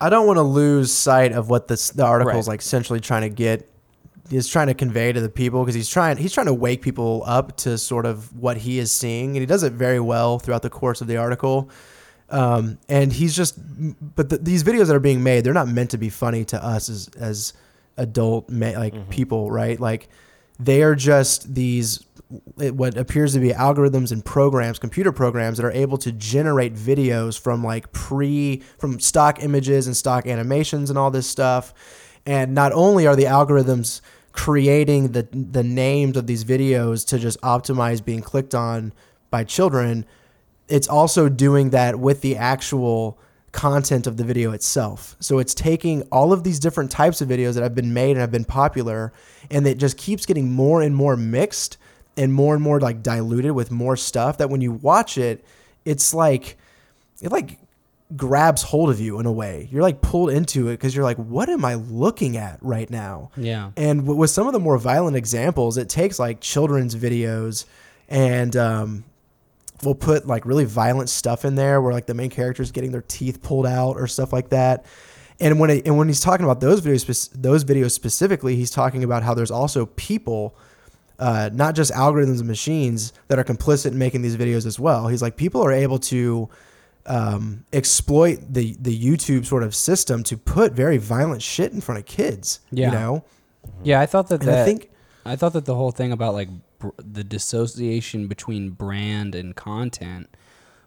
[SPEAKER 3] I don't want to lose sight of what this the article's
[SPEAKER 5] Right.
[SPEAKER 3] like essentially trying to get is trying to convey to the people because he's trying he's trying to wake people up to sort of what he is seeing and he does it very well throughout the course of the article. Um, and he's just but the, these videos that are being made they're not meant to be funny to us as as adult ma- like people right like they are just these it- what appears to be algorithms and programs computer programs that are able to generate videos from like pre from stock images and stock animations and all this stuff and not only are the algorithms creating the the names of these videos to just optimize being clicked on by children it's also doing that with the actual content of the video itself. So it's taking all of these different types of videos that have been made and have been popular, and it just keeps getting more and more mixed and more and more like diluted with more stuff that when you watch it, it's like it like grabs hold of you in a way. You're like pulled into it because you're like, what am I looking at right now?
[SPEAKER 5] Yeah.
[SPEAKER 3] And w- with some of the more violent examples, it takes like children's videos and um, we'll put like really violent stuff in there where like the main character's getting their teeth pulled out or stuff like that. And when it, and when he's talking about those videos, spec- those videos specifically, he's talking about how there's also people, uh, not just algorithms and machines that are complicit in making these videos as well. He's like people are able to um, exploit the the YouTube sort of system to put very violent shit in front of kids.
[SPEAKER 5] Yeah.
[SPEAKER 3] You know,
[SPEAKER 5] Yeah, I thought that
[SPEAKER 3] and
[SPEAKER 5] that
[SPEAKER 3] I think
[SPEAKER 5] I thought that the whole thing about like br- the dissociation between brand and content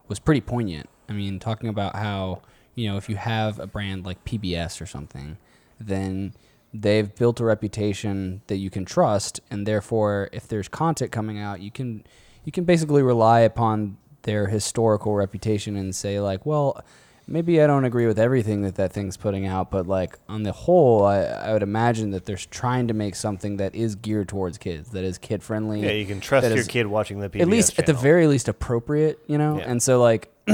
[SPEAKER 5] was pretty poignant. I mean, talking about how, you know, if you have a brand like PBS or something, then they've built a reputation that you can trust and therefore if there's content coming out, you can you can basically rely upon their historical reputation and say like, well, maybe I don't agree with everything that that thing's putting out, but like on the whole, I, I would imagine that they're trying to make something that is geared towards kids, that is kid friendly.
[SPEAKER 4] Yeah, you can trust
[SPEAKER 5] that
[SPEAKER 4] your
[SPEAKER 5] is-
[SPEAKER 4] kid watching the PBS
[SPEAKER 5] At least, at the
[SPEAKER 4] channel.
[SPEAKER 5] very least, appropriate, you know.
[SPEAKER 4] Yeah.
[SPEAKER 5] And so like,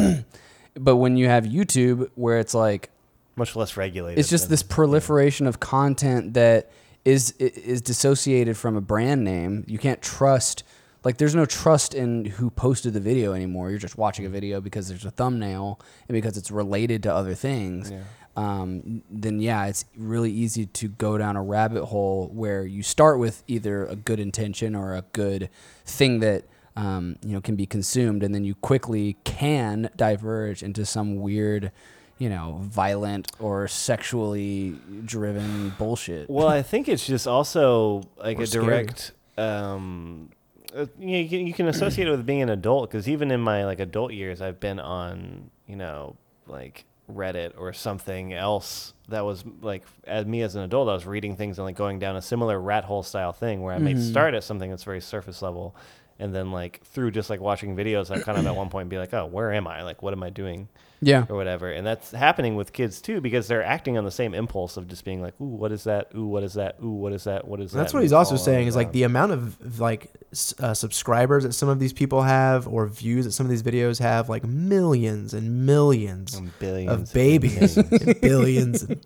[SPEAKER 5] but when you have YouTube, where it's like
[SPEAKER 4] much less regulated.
[SPEAKER 5] it's just
[SPEAKER 4] than-
[SPEAKER 5] this proliferation of content that is i- is dissociated from a brand name. You can't trust like there's no trust in who posted the video anymore. You're just watching a video because there's a thumbnail and because it's related to other things. Um, then yeah, it's really easy to go down a rabbit hole where you start with either a good intention or a good thing that um, you know can be consumed, and then you quickly can diverge into some weird you know, violent or sexually driven bullshit.
[SPEAKER 4] Well, I think it's just also like
[SPEAKER 3] Or
[SPEAKER 4] a
[SPEAKER 3] scary.
[SPEAKER 4] direct. Um, uh, you, know, you can, you can associate it with being an adult because even in my like adult years, I've been on you know like Reddit or something else that was like as me as an adult, I was reading things and like going down a similar rat hole style thing where I
[SPEAKER 5] Mm-hmm.
[SPEAKER 4] may start at something that's very surface level. And then, like through just like watching videos, I kind of at one point be like, "Oh, where am I? Like, what am I doing?"
[SPEAKER 5] yeah.
[SPEAKER 4] or whatever. And that's happening with kids too because they're acting on the same impulse of just being like, ooh, what is that? Ooh, what is that? Ooh, what is that? What is that?
[SPEAKER 3] That's what
[SPEAKER 4] And
[SPEAKER 3] he's
[SPEAKER 4] it's
[SPEAKER 3] also
[SPEAKER 4] all
[SPEAKER 3] saying is like
[SPEAKER 4] around.
[SPEAKER 3] the amount of like s- uh, subscribers that some of these people have or views that some of these videos have like millions and millions
[SPEAKER 4] And billions
[SPEAKER 3] of
[SPEAKER 4] Um, and
[SPEAKER 3] babies
[SPEAKER 4] billions.
[SPEAKER 3] and billions and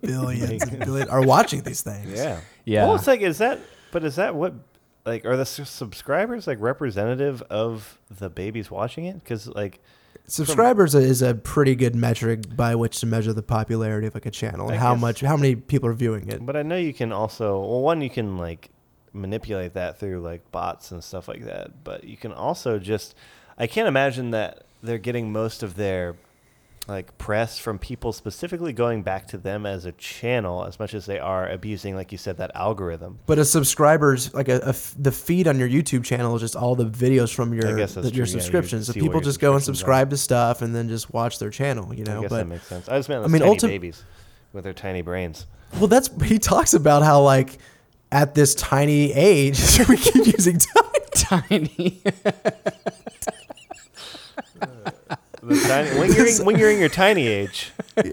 [SPEAKER 3] billions and billions are watching these things.
[SPEAKER 4] yeah.
[SPEAKER 5] Yeah.
[SPEAKER 4] Well, it's like, is that, but is that what, like, are the s- subscribers like representative of the babies watching it? Because, like,
[SPEAKER 3] Subscribers is a pretty good metric by which to measure the popularity of like a channel and
[SPEAKER 4] I
[SPEAKER 3] how
[SPEAKER 4] guess-
[SPEAKER 3] much how many people are viewing it.
[SPEAKER 4] but I know you can also, well, one, you can like manipulate that through like bots and stuff like that, but you can also just, I can't imagine that they're getting most of their like press from people specifically going back to them as a channel as much as they are abusing, like you said, that algorithm.
[SPEAKER 3] But a subscribers like a, a f- the feed on your YouTube channel is just all the videos from your
[SPEAKER 4] guess that's
[SPEAKER 3] the- your
[SPEAKER 4] true, yeah, you
[SPEAKER 3] subscriptions. so
[SPEAKER 4] see where
[SPEAKER 3] people
[SPEAKER 4] your
[SPEAKER 3] just go and
[SPEAKER 4] subscriptions are.
[SPEAKER 3] subscribe to stuff and then just watch their channel, you
[SPEAKER 4] I
[SPEAKER 3] know.
[SPEAKER 4] guess
[SPEAKER 3] But
[SPEAKER 4] that makes sense. I just meant
[SPEAKER 3] I
[SPEAKER 4] those
[SPEAKER 3] mean,
[SPEAKER 4] tiny
[SPEAKER 3] ultim-
[SPEAKER 4] babies with their tiny brains.
[SPEAKER 3] Well, that's he talks about how like at this tiny age we keep using tiny.
[SPEAKER 5] Tiny.
[SPEAKER 4] The tiny- when, you're in, when you're in your tiny age. Yeah,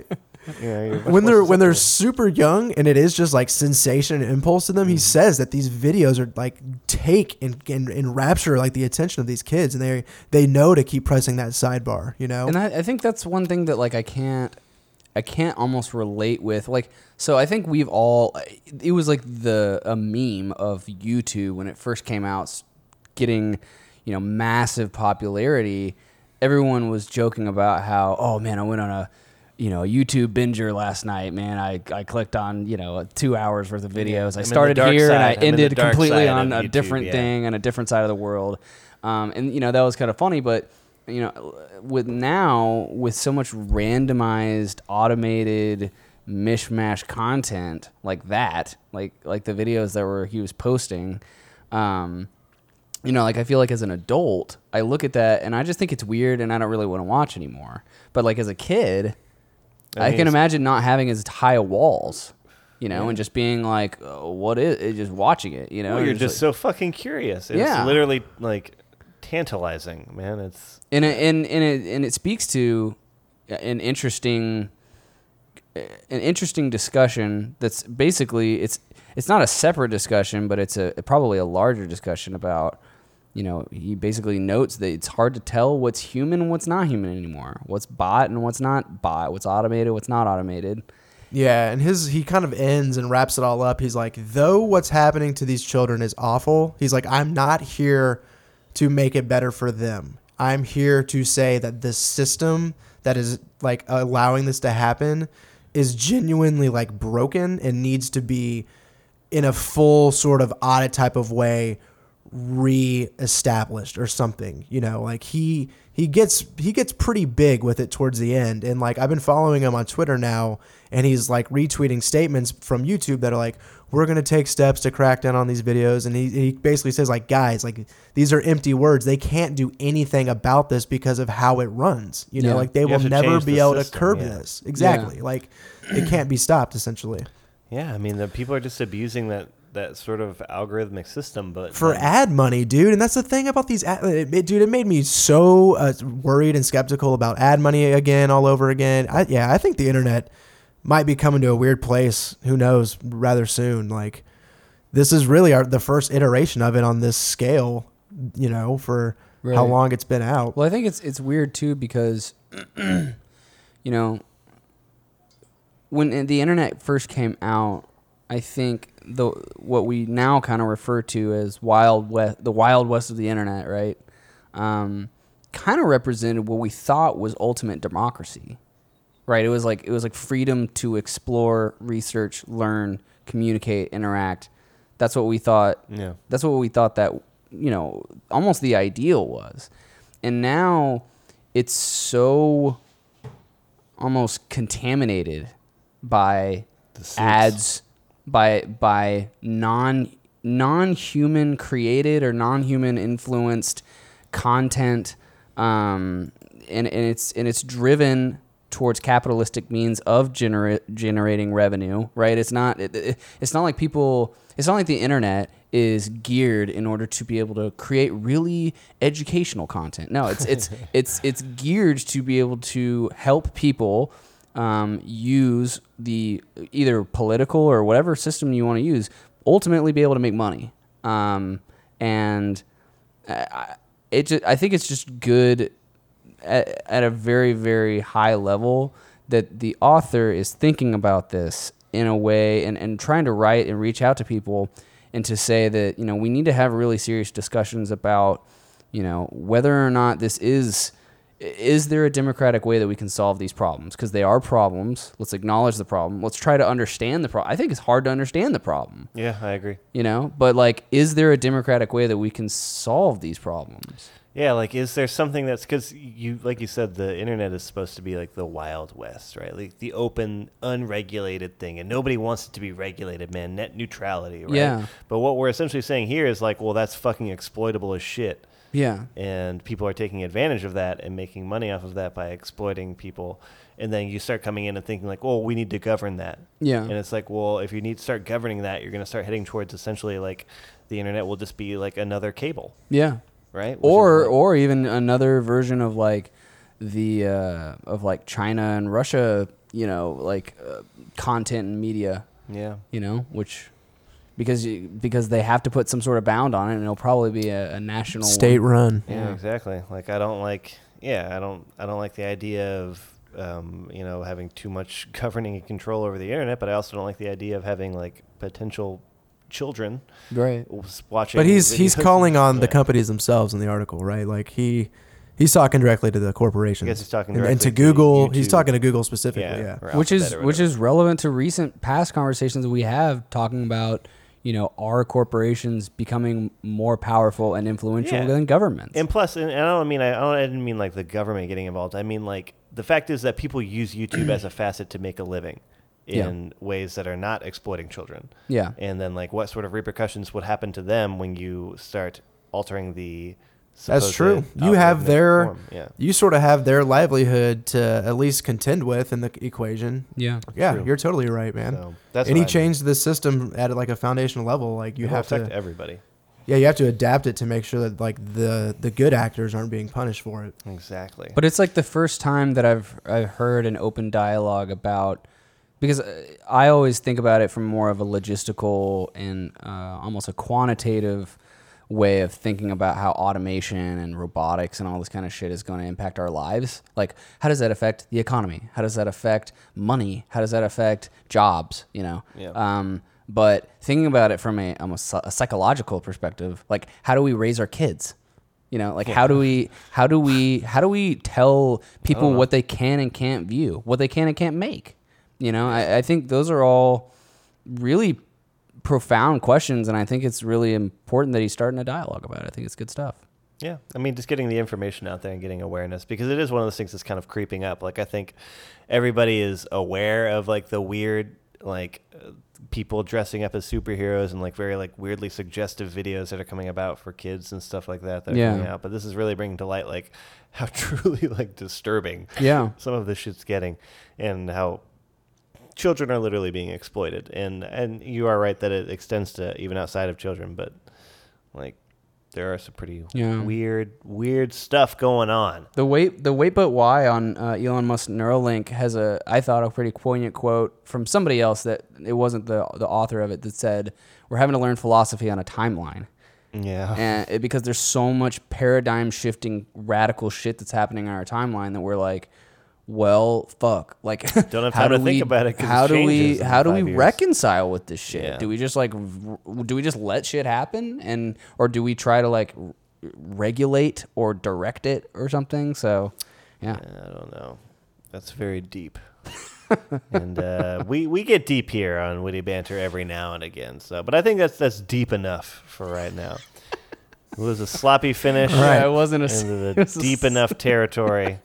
[SPEAKER 4] you're much more
[SPEAKER 3] When they're when they're
[SPEAKER 4] susceptible.
[SPEAKER 3] super young and it is just like sensation and impulse to them, he says that these videos are like take and, and enrapture like the attention of these kids, and they they know to keep pressing that sidebar, you know.
[SPEAKER 5] and I, I think that's one thing that like I can't I can't almost relate with like so I think we've all it was like the a meme of YouTube when it first came out s- getting you know massive popularity everyone was joking about how oh man I went on a you know a YouTube binger last night man I, I clicked on you know 2 hours worth of videos
[SPEAKER 4] I'm
[SPEAKER 5] I
[SPEAKER 4] in the
[SPEAKER 5] started
[SPEAKER 4] dark
[SPEAKER 5] here and
[SPEAKER 4] side.
[SPEAKER 5] I
[SPEAKER 4] I'm in the
[SPEAKER 5] ended
[SPEAKER 4] dark
[SPEAKER 5] completely
[SPEAKER 4] side
[SPEAKER 5] on
[SPEAKER 4] of
[SPEAKER 5] a
[SPEAKER 4] YouTube,
[SPEAKER 5] different
[SPEAKER 4] yeah.
[SPEAKER 5] thing thing on a different side of the world. Um, and you know that was kind of funny, but you know, with now with so much randomized, automated mishmash content like that, like like the videos that were he was posting, um, you know, like I feel like as an adult, I look at that and I just think it's weird, and I don't really want to watch anymore. But like as a kid,
[SPEAKER 4] I
[SPEAKER 5] I,
[SPEAKER 4] mean,
[SPEAKER 5] can
[SPEAKER 4] it's-
[SPEAKER 5] imagine not having as high walls. You know, and just being like, oh, "What is?" Just watching it. You know,
[SPEAKER 4] Well,
[SPEAKER 5] and
[SPEAKER 4] you're
[SPEAKER 5] it's
[SPEAKER 4] just
[SPEAKER 5] like-
[SPEAKER 4] so fucking curious. And
[SPEAKER 5] Yeah.
[SPEAKER 4] It's literally like tantalizing, man. It's
[SPEAKER 5] and it, and and it, and it speaks to uh, an interesting uh, an interesting discussion that's basically it's it's not a separate discussion but it's a probably a larger discussion about you know he basically notes that it's hard to tell what's human and what's not human anymore what's bot and what's not bot what's automated what's not automated
[SPEAKER 3] Yeah, and his he kind of ends and wraps it all up. He's like, though what's happening to these children is awful, he's like, I'm not here to make it better for them. I'm here to say that this system that is like allowing this to happen is genuinely like broken and needs to be in a full sort of audit type of way re-established or something you know like he he gets he gets pretty big with it towards the end and like i've been following him on twitter now and he's like retweeting statements from youtube that are like we're going to take steps to crack down on these videos and he, he basically says like guys like these are empty words they can't do anything about this because of how it runs you know
[SPEAKER 5] Yeah.
[SPEAKER 3] like they will
[SPEAKER 4] have to
[SPEAKER 3] never
[SPEAKER 4] change
[SPEAKER 3] be
[SPEAKER 4] the
[SPEAKER 3] able to
[SPEAKER 4] system,
[SPEAKER 3] curb
[SPEAKER 4] yeah.
[SPEAKER 3] this exactly like it can't be stopped essentially
[SPEAKER 4] yeah. I mean, the people are just abusing that that sort of algorithmic system, but
[SPEAKER 3] for
[SPEAKER 4] um,
[SPEAKER 3] ad money, dude. And that's the thing about these ad, it, it- dude. It made me so uh, worried and skeptical about ad money again, all over again. I, yeah, I think the internet might be coming to a weird place. Who knows? Rather soon, like this is really our, the first iteration of it on this scale. You know, for how
[SPEAKER 5] Right.
[SPEAKER 3] long it's been out.
[SPEAKER 5] Well, I think it's it's weird too because you know when the internet first came out, I think the what we now kind of refer to as wild west, the wild west of the internet, right? Um, kind of represented what we thought was ultimate democracy, right? It was like it was like freedom to explore, research, learn, communicate, interact. That's what we thought
[SPEAKER 4] yeah.
[SPEAKER 5] that's what we thought that you know almost the ideal was and now it's so almost contaminated by ads by by non non-human created or non-human influenced content um, and, and it's and it's driven towards capitalistic means of genera- generating revenue right it's not it, it- it's not like people it's not like the internet is geared in order to be able to create really educational content no it's it's it's it's geared to be able to help people um, use the either political or whatever system you want to use, ultimately be able to make money. Um, and uh, I, it just, I think it's just good at, at a very very high level that the author is thinking about this in a way and, and trying to write and reach out to people and to say that you know we need to have really serious discussions about you know whether or not this is is there a democratic way that we can solve these problems because they are problems let's acknowledge the problem let's try to understand the problem i think it's hard to understand the problem
[SPEAKER 4] Yeah, I agree.
[SPEAKER 5] you know but like is there a democratic way that we can solve these problems
[SPEAKER 4] Yeah, like is there something that's because you, like you said, the internet is supposed to be like the wild west, right? Like the open, unregulated thing, and nobody wants it to be regulated, man. Net neutrality, right?
[SPEAKER 5] Yeah.
[SPEAKER 4] But what we're essentially saying here is like, well, that's fucking exploitable as shit,
[SPEAKER 5] yeah
[SPEAKER 4] and people are taking advantage of that and making money off of that by exploiting people. And then you start coming in and thinking like, well, we need to govern that.
[SPEAKER 5] Yeah.
[SPEAKER 4] And it's like, well, if you need to start governing that, you're going to start heading towards essentially like the internet will just be like another cable,
[SPEAKER 5] yeah
[SPEAKER 4] right? Which is
[SPEAKER 5] or
[SPEAKER 4] like-
[SPEAKER 5] or even another version of like the uh of like china and russia you know like uh, content and media
[SPEAKER 4] yeah.
[SPEAKER 5] you know which because you, because they have to put some sort of bound on it and it'll probably be a, a national one.
[SPEAKER 3] State run.
[SPEAKER 4] Yeah,
[SPEAKER 5] Yeah.
[SPEAKER 4] exactly. Like I don't like. Yeah, I don't. I don't like the idea of um, you know having too much governing and control over the internet, but I also don't like the idea of having like potential children
[SPEAKER 5] right
[SPEAKER 4] w- s- watching.
[SPEAKER 3] But he's he's
[SPEAKER 4] videos.
[SPEAKER 3] calling on the
[SPEAKER 4] Yeah.
[SPEAKER 3] companies themselves in the article, right? Like he he's talking directly to the corporations.
[SPEAKER 4] I guess he's talking
[SPEAKER 3] and, and to
[SPEAKER 4] directly to
[SPEAKER 3] Google. He's
[SPEAKER 4] YouTube.
[SPEAKER 3] talking to Google specifically.
[SPEAKER 4] Yeah,
[SPEAKER 3] Yeah.
[SPEAKER 4] or
[SPEAKER 5] which
[SPEAKER 4] Alphabet
[SPEAKER 5] is
[SPEAKER 4] or
[SPEAKER 5] which is relevant to recent past conversations we have talking about you know are corporations becoming more powerful and influential
[SPEAKER 4] Yeah.
[SPEAKER 5] than governments
[SPEAKER 4] And plus, and, and I don't mean I, I, don't, I didn't mean like the government getting involved. I mean like the fact is that people use YouTube as a facet to make a living
[SPEAKER 5] Yeah.
[SPEAKER 4] in ways that are not exploiting children.
[SPEAKER 5] Yeah.
[SPEAKER 4] And then like what sort of repercussions would happen to them when you start altering the
[SPEAKER 3] That's
[SPEAKER 4] supposed
[SPEAKER 3] true. You have
[SPEAKER 4] algorithmic
[SPEAKER 3] their
[SPEAKER 4] form. yeah.
[SPEAKER 3] you sort of have their livelihood to at least contend with in the equation.
[SPEAKER 5] yeah
[SPEAKER 3] Yeah,
[SPEAKER 4] True.
[SPEAKER 3] you're totally right, man.
[SPEAKER 4] So, that's what I
[SPEAKER 3] Any
[SPEAKER 4] mean.
[SPEAKER 3] change to the system at like a foundational level, like you
[SPEAKER 4] It'll
[SPEAKER 3] have
[SPEAKER 4] affect
[SPEAKER 3] to
[SPEAKER 4] everybody.
[SPEAKER 3] Yeah, you have to adapt it to make sure that like the the good actors aren't being punished for it.
[SPEAKER 4] Exactly.
[SPEAKER 5] But it's like the first time that I've I've heard an open dialogue about because uh, I always think about it from more of a logistical and uh, almost a quantitative way of thinking about how automation and robotics and all this kind of shit is going to impact our lives. Like, how does that affect the economy? How does that affect money? How does that affect jobs? You know.
[SPEAKER 4] Yeah.
[SPEAKER 5] Um, but thinking about it from a almost a psychological perspective, like how do we raise our kids? You know, like how do we how do we how do we tell people what they can and can't view, what they can and can't make? You know, I, I think those are all really profound questions, and I think it's really important that he's starting a dialogue about it. I think it's good stuff.
[SPEAKER 4] Yeah, I mean, just getting the information out there and getting awareness because it is one of those things that's kind of creeping up. Like, I think everybody is aware of like the weird, like uh, people dressing up as superheroes and like very like weirdly suggestive videos that are coming about for kids and stuff like that. That are
[SPEAKER 5] Yeah.
[SPEAKER 4] coming out, but this is really bringing to light like how truly like disturbing
[SPEAKER 5] Yeah.
[SPEAKER 4] some of this shit's getting and how children are literally being exploited and and you are right that it extends to even outside of children but like there are some pretty
[SPEAKER 5] Yeah.
[SPEAKER 4] weird weird stuff going on
[SPEAKER 5] The wait, the wait, but why on uh, Elon Musk's Neuralink has a, I thought a pretty poignant quote from somebody else that it wasn't the the author of it that said, "We're having to learn philosophy on a timeline,"
[SPEAKER 4] yeah
[SPEAKER 5] and it, because there's so much paradigm shifting, radical shit that's happening on our timeline that we're like, "Well, fuck!" Like,
[SPEAKER 4] Don't have
[SPEAKER 5] how
[SPEAKER 4] time to
[SPEAKER 5] do
[SPEAKER 4] think
[SPEAKER 5] we-
[SPEAKER 4] about it 'cause it
[SPEAKER 5] How do we
[SPEAKER 4] changes in
[SPEAKER 5] how do we
[SPEAKER 4] five years.
[SPEAKER 5] reconcile with this shit?
[SPEAKER 4] Yeah.
[SPEAKER 5] Do we just like, r- do we just let shit happen, and or do we try to like r- regulate or direct it or something? So. Yeah.
[SPEAKER 4] i don't know that's very deep and uh, we we get deep here on witty banter every now and again so but i think that's that's deep enough for right now it was a sloppy finish
[SPEAKER 5] Yeah, it wasn't a s-
[SPEAKER 4] into
[SPEAKER 5] it
[SPEAKER 4] the
[SPEAKER 5] was a
[SPEAKER 4] deep
[SPEAKER 5] s-
[SPEAKER 4] enough territory.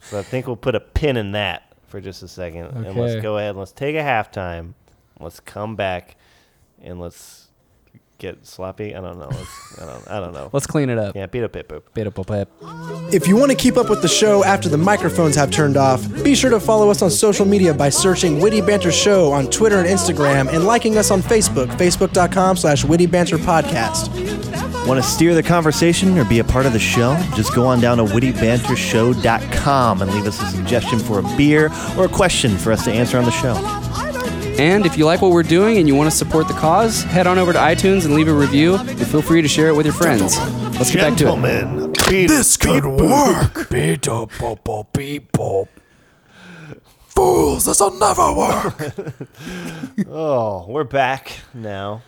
[SPEAKER 4] so I think we'll put a pin in that for just a second. And
[SPEAKER 5] Okay.
[SPEAKER 4] let's go ahead and let's take a halftime. Let's come back and let's get sloppy. I don't know. Let's, I don't I don't know.
[SPEAKER 5] Let's clean it up.
[SPEAKER 4] yeah, beat up pit boop.
[SPEAKER 5] Bit of a pep.
[SPEAKER 3] If you want to keep up with the show after the microphones have turned off, be sure to follow us on social media by searching Witty Banter Show on Twitter and Instagram and liking us on Facebook, facebook.com slash witty banter podcast.
[SPEAKER 7] Want to steer the conversation or be a part of the show? Just go on down to wittybantershow.com and leave us a suggestion for a beer or a question for us to answer on the show.
[SPEAKER 5] And if you like what we're doing and you want to support the cause, head on over to iTunes and leave a review. And feel free to share it with your friends. Let's get back to it.
[SPEAKER 1] This could work.
[SPEAKER 6] Beta Bubble People.
[SPEAKER 1] Fools, this'll never work.
[SPEAKER 4] Oh, we're back now.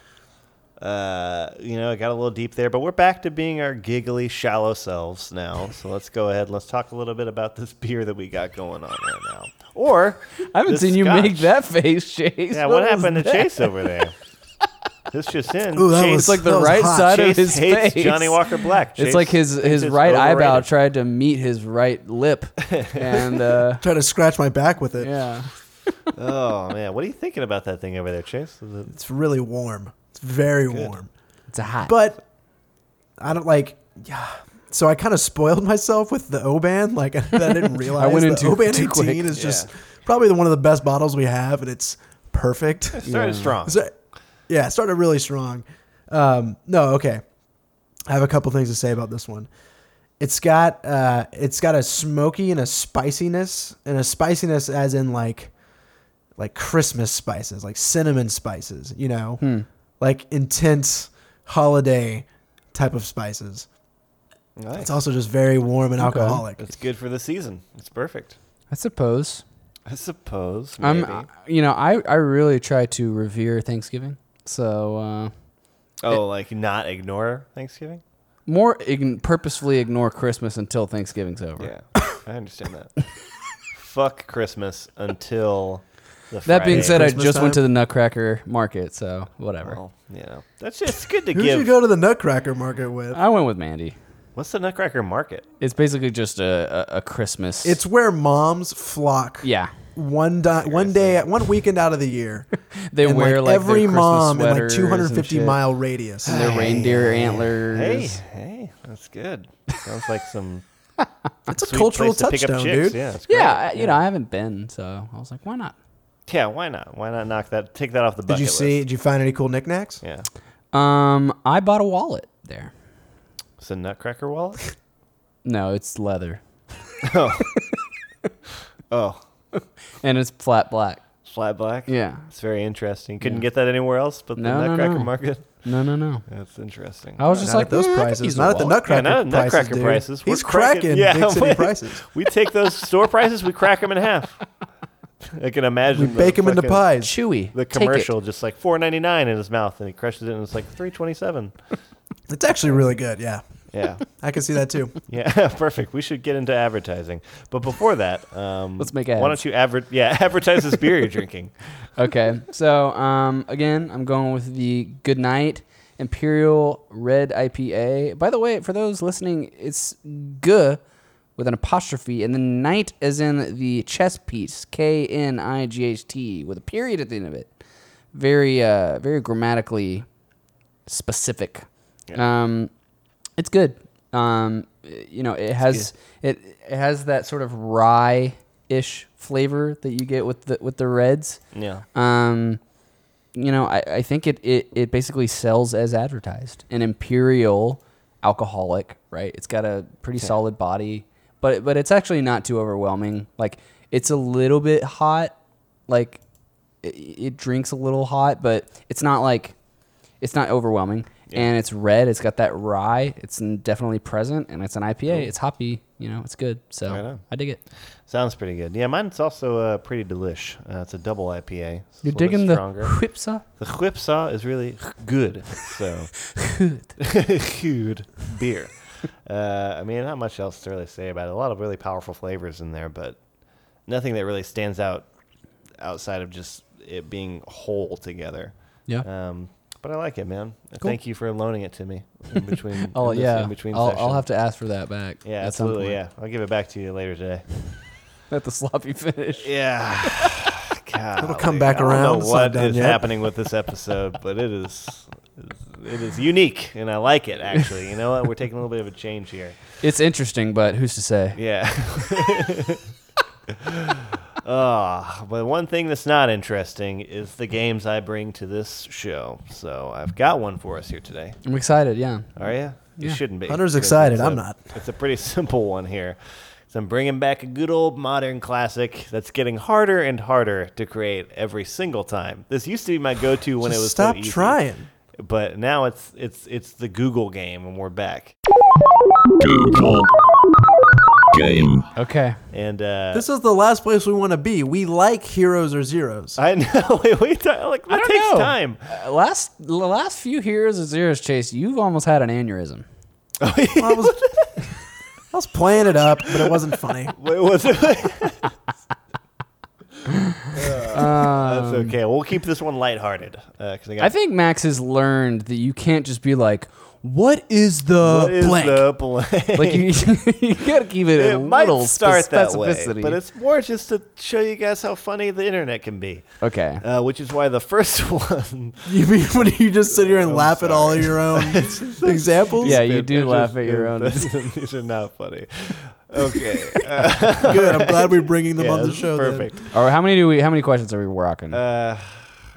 [SPEAKER 4] Uh, you know, it got a little deep there, but we're back to being our giggly, shallow selves now. So let's go ahead. and Let's talk a little bit about this beer that we got going on right now. Or
[SPEAKER 5] I haven't
[SPEAKER 4] this
[SPEAKER 5] seen you make
[SPEAKER 4] scotch.
[SPEAKER 5] that face, Chase.
[SPEAKER 4] Yeah, what,
[SPEAKER 5] was
[SPEAKER 4] happened to
[SPEAKER 5] that?
[SPEAKER 4] Chase over there? this just in.
[SPEAKER 3] Ooh, that
[SPEAKER 4] Chase,
[SPEAKER 3] was-
[SPEAKER 5] It's like the
[SPEAKER 3] That
[SPEAKER 5] right
[SPEAKER 3] hot.
[SPEAKER 5] side
[SPEAKER 4] Chase
[SPEAKER 5] of his
[SPEAKER 4] hates
[SPEAKER 5] face.
[SPEAKER 4] Johnny Walker Black. Chase
[SPEAKER 5] It's like his
[SPEAKER 4] thinks
[SPEAKER 5] his
[SPEAKER 4] it's
[SPEAKER 5] right eyebrow
[SPEAKER 4] overrated.
[SPEAKER 5] tried to meet his right lip, and uh,
[SPEAKER 3] Try to scratch my back with it.
[SPEAKER 5] yeah,
[SPEAKER 4] oh man, what are you thinking about that thing over there, Chase? Is it-
[SPEAKER 3] It's really warm. It's very warm.
[SPEAKER 5] it's a hot.
[SPEAKER 3] But I don't like, yeah. So I kind of spoiled myself with the Oban. Like I didn't realize
[SPEAKER 5] went
[SPEAKER 3] the
[SPEAKER 5] in too-
[SPEAKER 3] Oban
[SPEAKER 5] too
[SPEAKER 3] 18
[SPEAKER 5] quick.
[SPEAKER 3] is just probably the, one of the best bottles we have, and it's perfect.
[SPEAKER 4] it started strong.
[SPEAKER 3] So, yeah, it started really strong. Um, no, okay. I have a couple things to say about this one. It's got uh, it's got a smoky and a spiciness, and a spiciness as in like like Christmas spices, like cinnamon spices, you know,
[SPEAKER 4] Hmm.
[SPEAKER 3] like intense holiday type of spices.
[SPEAKER 4] Nice.
[SPEAKER 3] It's also just very warm and alcoholic.
[SPEAKER 4] It's good for the season. It's perfect.
[SPEAKER 5] I suppose
[SPEAKER 4] I suppose. Maybe.
[SPEAKER 5] I'm. You know, I I really try to revere Thanksgiving. So uh,
[SPEAKER 4] oh, like not ignore Thanksgiving?
[SPEAKER 5] more ign- purposefully ignore Christmas until Thanksgiving's over.
[SPEAKER 4] Yeah, I understand that. Fuck Christmas until the
[SPEAKER 5] That being said,
[SPEAKER 4] Friday.
[SPEAKER 5] I
[SPEAKER 3] Christmas
[SPEAKER 5] just went
[SPEAKER 3] time?
[SPEAKER 5] to the Nutcracker Market, so whatever.
[SPEAKER 4] Well, you know, that's just it's good to
[SPEAKER 3] Who would
[SPEAKER 4] give. Uh,
[SPEAKER 3] you go to the Nutcracker Market with?
[SPEAKER 5] I went with Mandy.
[SPEAKER 4] What's the Nutcracker Market?
[SPEAKER 5] It's basically just a, a, a Christmas.
[SPEAKER 3] It's where moms flock.
[SPEAKER 5] yeah.
[SPEAKER 3] One di- one day, one weekend out of the year.
[SPEAKER 5] They
[SPEAKER 3] and,
[SPEAKER 5] wear like,
[SPEAKER 3] like, every
[SPEAKER 5] their Christmas
[SPEAKER 3] mom in like
[SPEAKER 5] sweaters and
[SPEAKER 3] 250
[SPEAKER 5] shit,
[SPEAKER 3] mile radius.
[SPEAKER 5] and their reindeer antlers.
[SPEAKER 4] Hey, hey, that's good. Sounds like some
[SPEAKER 3] It's a
[SPEAKER 4] sweet
[SPEAKER 3] cultural
[SPEAKER 4] place to pick up
[SPEAKER 3] touchdown,
[SPEAKER 4] chicks.
[SPEAKER 3] dude.
[SPEAKER 4] Yeah, it's great.
[SPEAKER 5] Yeah, I- you know, I haven't been, so I was like, why not?
[SPEAKER 4] Yeah, why not? Why not knock that? Take that off the
[SPEAKER 3] Did
[SPEAKER 4] bucket
[SPEAKER 3] you see?
[SPEAKER 4] list?
[SPEAKER 3] Did you find any cool knickknacks?
[SPEAKER 4] Yeah.
[SPEAKER 5] Um, I bought a wallet there.
[SPEAKER 4] It's a Nutcracker wallet.
[SPEAKER 5] No, it's leather
[SPEAKER 4] Oh,
[SPEAKER 5] and it's flat black.
[SPEAKER 4] flat black.
[SPEAKER 5] Yeah.
[SPEAKER 4] it's very interesting. Couldn't
[SPEAKER 5] Yeah.
[SPEAKER 4] get that anywhere else but the
[SPEAKER 5] No, no,
[SPEAKER 4] Nutcracker
[SPEAKER 5] no.
[SPEAKER 4] market.
[SPEAKER 5] No, no, no.
[SPEAKER 4] That's interesting.
[SPEAKER 5] I was just
[SPEAKER 3] Not
[SPEAKER 5] like
[SPEAKER 3] at those
[SPEAKER 5] "Mm, I could
[SPEAKER 3] prices.
[SPEAKER 5] use a
[SPEAKER 3] Not at the
[SPEAKER 5] wallet."
[SPEAKER 4] Yeah,
[SPEAKER 3] Nutcracker
[SPEAKER 4] not at
[SPEAKER 3] prices.
[SPEAKER 4] Nutcracker
[SPEAKER 3] dude.
[SPEAKER 4] prices. We're
[SPEAKER 3] He's cracking big city prices.
[SPEAKER 4] We take those store prices, we crack them in half. I can imagine. the
[SPEAKER 3] Bake them into
[SPEAKER 4] fucking-
[SPEAKER 3] pies.
[SPEAKER 5] Chewy.
[SPEAKER 4] The
[SPEAKER 5] Take it.
[SPEAKER 4] commercial, just like four ninety nine in his mouth, and he crushes it, and it's like three twenty seven.
[SPEAKER 3] It's actually really good. Yeah,
[SPEAKER 4] Yeah,
[SPEAKER 3] I can see that too.
[SPEAKER 4] yeah, perfect. We should get into advertising, but before that, um,
[SPEAKER 5] Let's make
[SPEAKER 4] Why
[SPEAKER 5] ads.
[SPEAKER 4] don't you adver- Yeah, advertise this beer you're drinking.
[SPEAKER 5] okay. So, um, again, I'm going with the Good Night Imperial Red IPA. By the way, for those listening, it's G with an apostrophe, and then night as in the chess piece, K N I G H T, with a period at the end of it. Very, uh, very grammatically specific. Um, it's good. Um, you know, it has it, it has that sort of rye ish flavor that you get with the with the reds.
[SPEAKER 4] Yeah,
[SPEAKER 5] Um, you know, I, I think it, it, it basically sells as advertised. An imperial alcoholic, right? It's got a pretty solid body, but but it's actually not too overwhelming. Like it's a little bit hot, like it, it drinks a little hot, but it's not like it's not overwhelming. And it's red. It's got that rye. It's n- definitely present, and it's an IPA. It's hoppy. You know, it's good. So
[SPEAKER 4] Right on.
[SPEAKER 5] I dig it.
[SPEAKER 4] sounds pretty good. Yeah, mine's also uh, pretty delish. Uh, it's a double IPA. It's a little
[SPEAKER 5] You're
[SPEAKER 4] bit
[SPEAKER 5] digging the
[SPEAKER 4] stronger.
[SPEAKER 5] whipsaw.
[SPEAKER 4] The whip saw is really good. So good beer. Uh, I mean, not much else to really say about it. A lot of really powerful flavors in there, but nothing that really stands out outside of just it being whole together.
[SPEAKER 5] Yeah.
[SPEAKER 4] Um, but I like it, man. Thank you for loaning it to me in between.
[SPEAKER 5] Oh
[SPEAKER 4] in this
[SPEAKER 5] yeah,
[SPEAKER 4] In between
[SPEAKER 5] I'll,
[SPEAKER 4] session.
[SPEAKER 5] I'll have to ask for that back.
[SPEAKER 4] Yeah,
[SPEAKER 5] at some
[SPEAKER 4] absolutely.
[SPEAKER 5] point.
[SPEAKER 4] Yeah, I'll give it back to you later today.
[SPEAKER 5] at the sloppy finish.
[SPEAKER 4] Yeah. God,
[SPEAKER 3] It'll come back
[SPEAKER 4] I
[SPEAKER 3] around.
[SPEAKER 4] don't
[SPEAKER 3] It's
[SPEAKER 4] know
[SPEAKER 3] not
[SPEAKER 4] what
[SPEAKER 3] done
[SPEAKER 4] is
[SPEAKER 3] yet.
[SPEAKER 4] happening with this episode, but it is it is unique, and I like it. Actually, you know what? We're taking a little bit of a change here.
[SPEAKER 5] It's interesting, but who's to say?
[SPEAKER 4] Yeah. Ah, but one thing that's not interesting is the games I bring to this show. So I've got one for us here today.
[SPEAKER 5] I'm excited. Yeah,
[SPEAKER 4] Are you? You
[SPEAKER 5] Yeah.
[SPEAKER 4] shouldn't be.
[SPEAKER 3] Hunter's
[SPEAKER 4] 'cause
[SPEAKER 3] excited.
[SPEAKER 4] it's
[SPEAKER 3] I'm
[SPEAKER 4] a-
[SPEAKER 3] not.
[SPEAKER 4] It's a pretty simple one here. So I'm bringing back a good old modern classic that's getting harder and harder to create every single time. This used to be my go-to when
[SPEAKER 3] Just
[SPEAKER 4] it was so
[SPEAKER 3] stop
[SPEAKER 4] easy,
[SPEAKER 3] trying.
[SPEAKER 4] But now it's it's it's the Google game, and we're back.
[SPEAKER 8] Google game.
[SPEAKER 5] okay.
[SPEAKER 4] And uh,
[SPEAKER 3] This is the last place we want to be. We like heroes or zeros.
[SPEAKER 4] I know. Wait, wait, ti- like that
[SPEAKER 5] don't
[SPEAKER 4] takes
[SPEAKER 5] know.
[SPEAKER 4] time.
[SPEAKER 5] Uh, last the last few heroes of zeros, Chase, you've almost had an aneurysm.
[SPEAKER 3] I was, I was playing it up, but it wasn't funny.
[SPEAKER 4] Wait, was it? That's okay. We'll keep this one lighthearted because I got
[SPEAKER 5] Um, I think Max has learned that you can't just be like, "What is the
[SPEAKER 4] What
[SPEAKER 3] Uh,
[SPEAKER 4] is
[SPEAKER 5] blank?"
[SPEAKER 4] the blank?
[SPEAKER 5] like you, you gotta keep it,
[SPEAKER 4] it
[SPEAKER 5] a
[SPEAKER 4] might
[SPEAKER 5] little
[SPEAKER 4] start
[SPEAKER 5] spe-
[SPEAKER 4] that
[SPEAKER 5] specificity.
[SPEAKER 4] way, but it's more just to show you guys how funny the internet can be.
[SPEAKER 5] okay.
[SPEAKER 4] Uh, which is why the first one,
[SPEAKER 3] You mean when you just sit here and laugh at all of your own examples?
[SPEAKER 5] yeah, you do
[SPEAKER 4] They're
[SPEAKER 5] laugh
[SPEAKER 4] just-
[SPEAKER 5] at your own.
[SPEAKER 4] These are not funny. Okay, uh,
[SPEAKER 3] good. I'm glad we're bringing them
[SPEAKER 4] yeah,
[SPEAKER 3] on the
[SPEAKER 4] this is
[SPEAKER 3] show. then.
[SPEAKER 4] perfect.
[SPEAKER 5] Or how many do we? How many questions are we rocking?
[SPEAKER 4] Uh,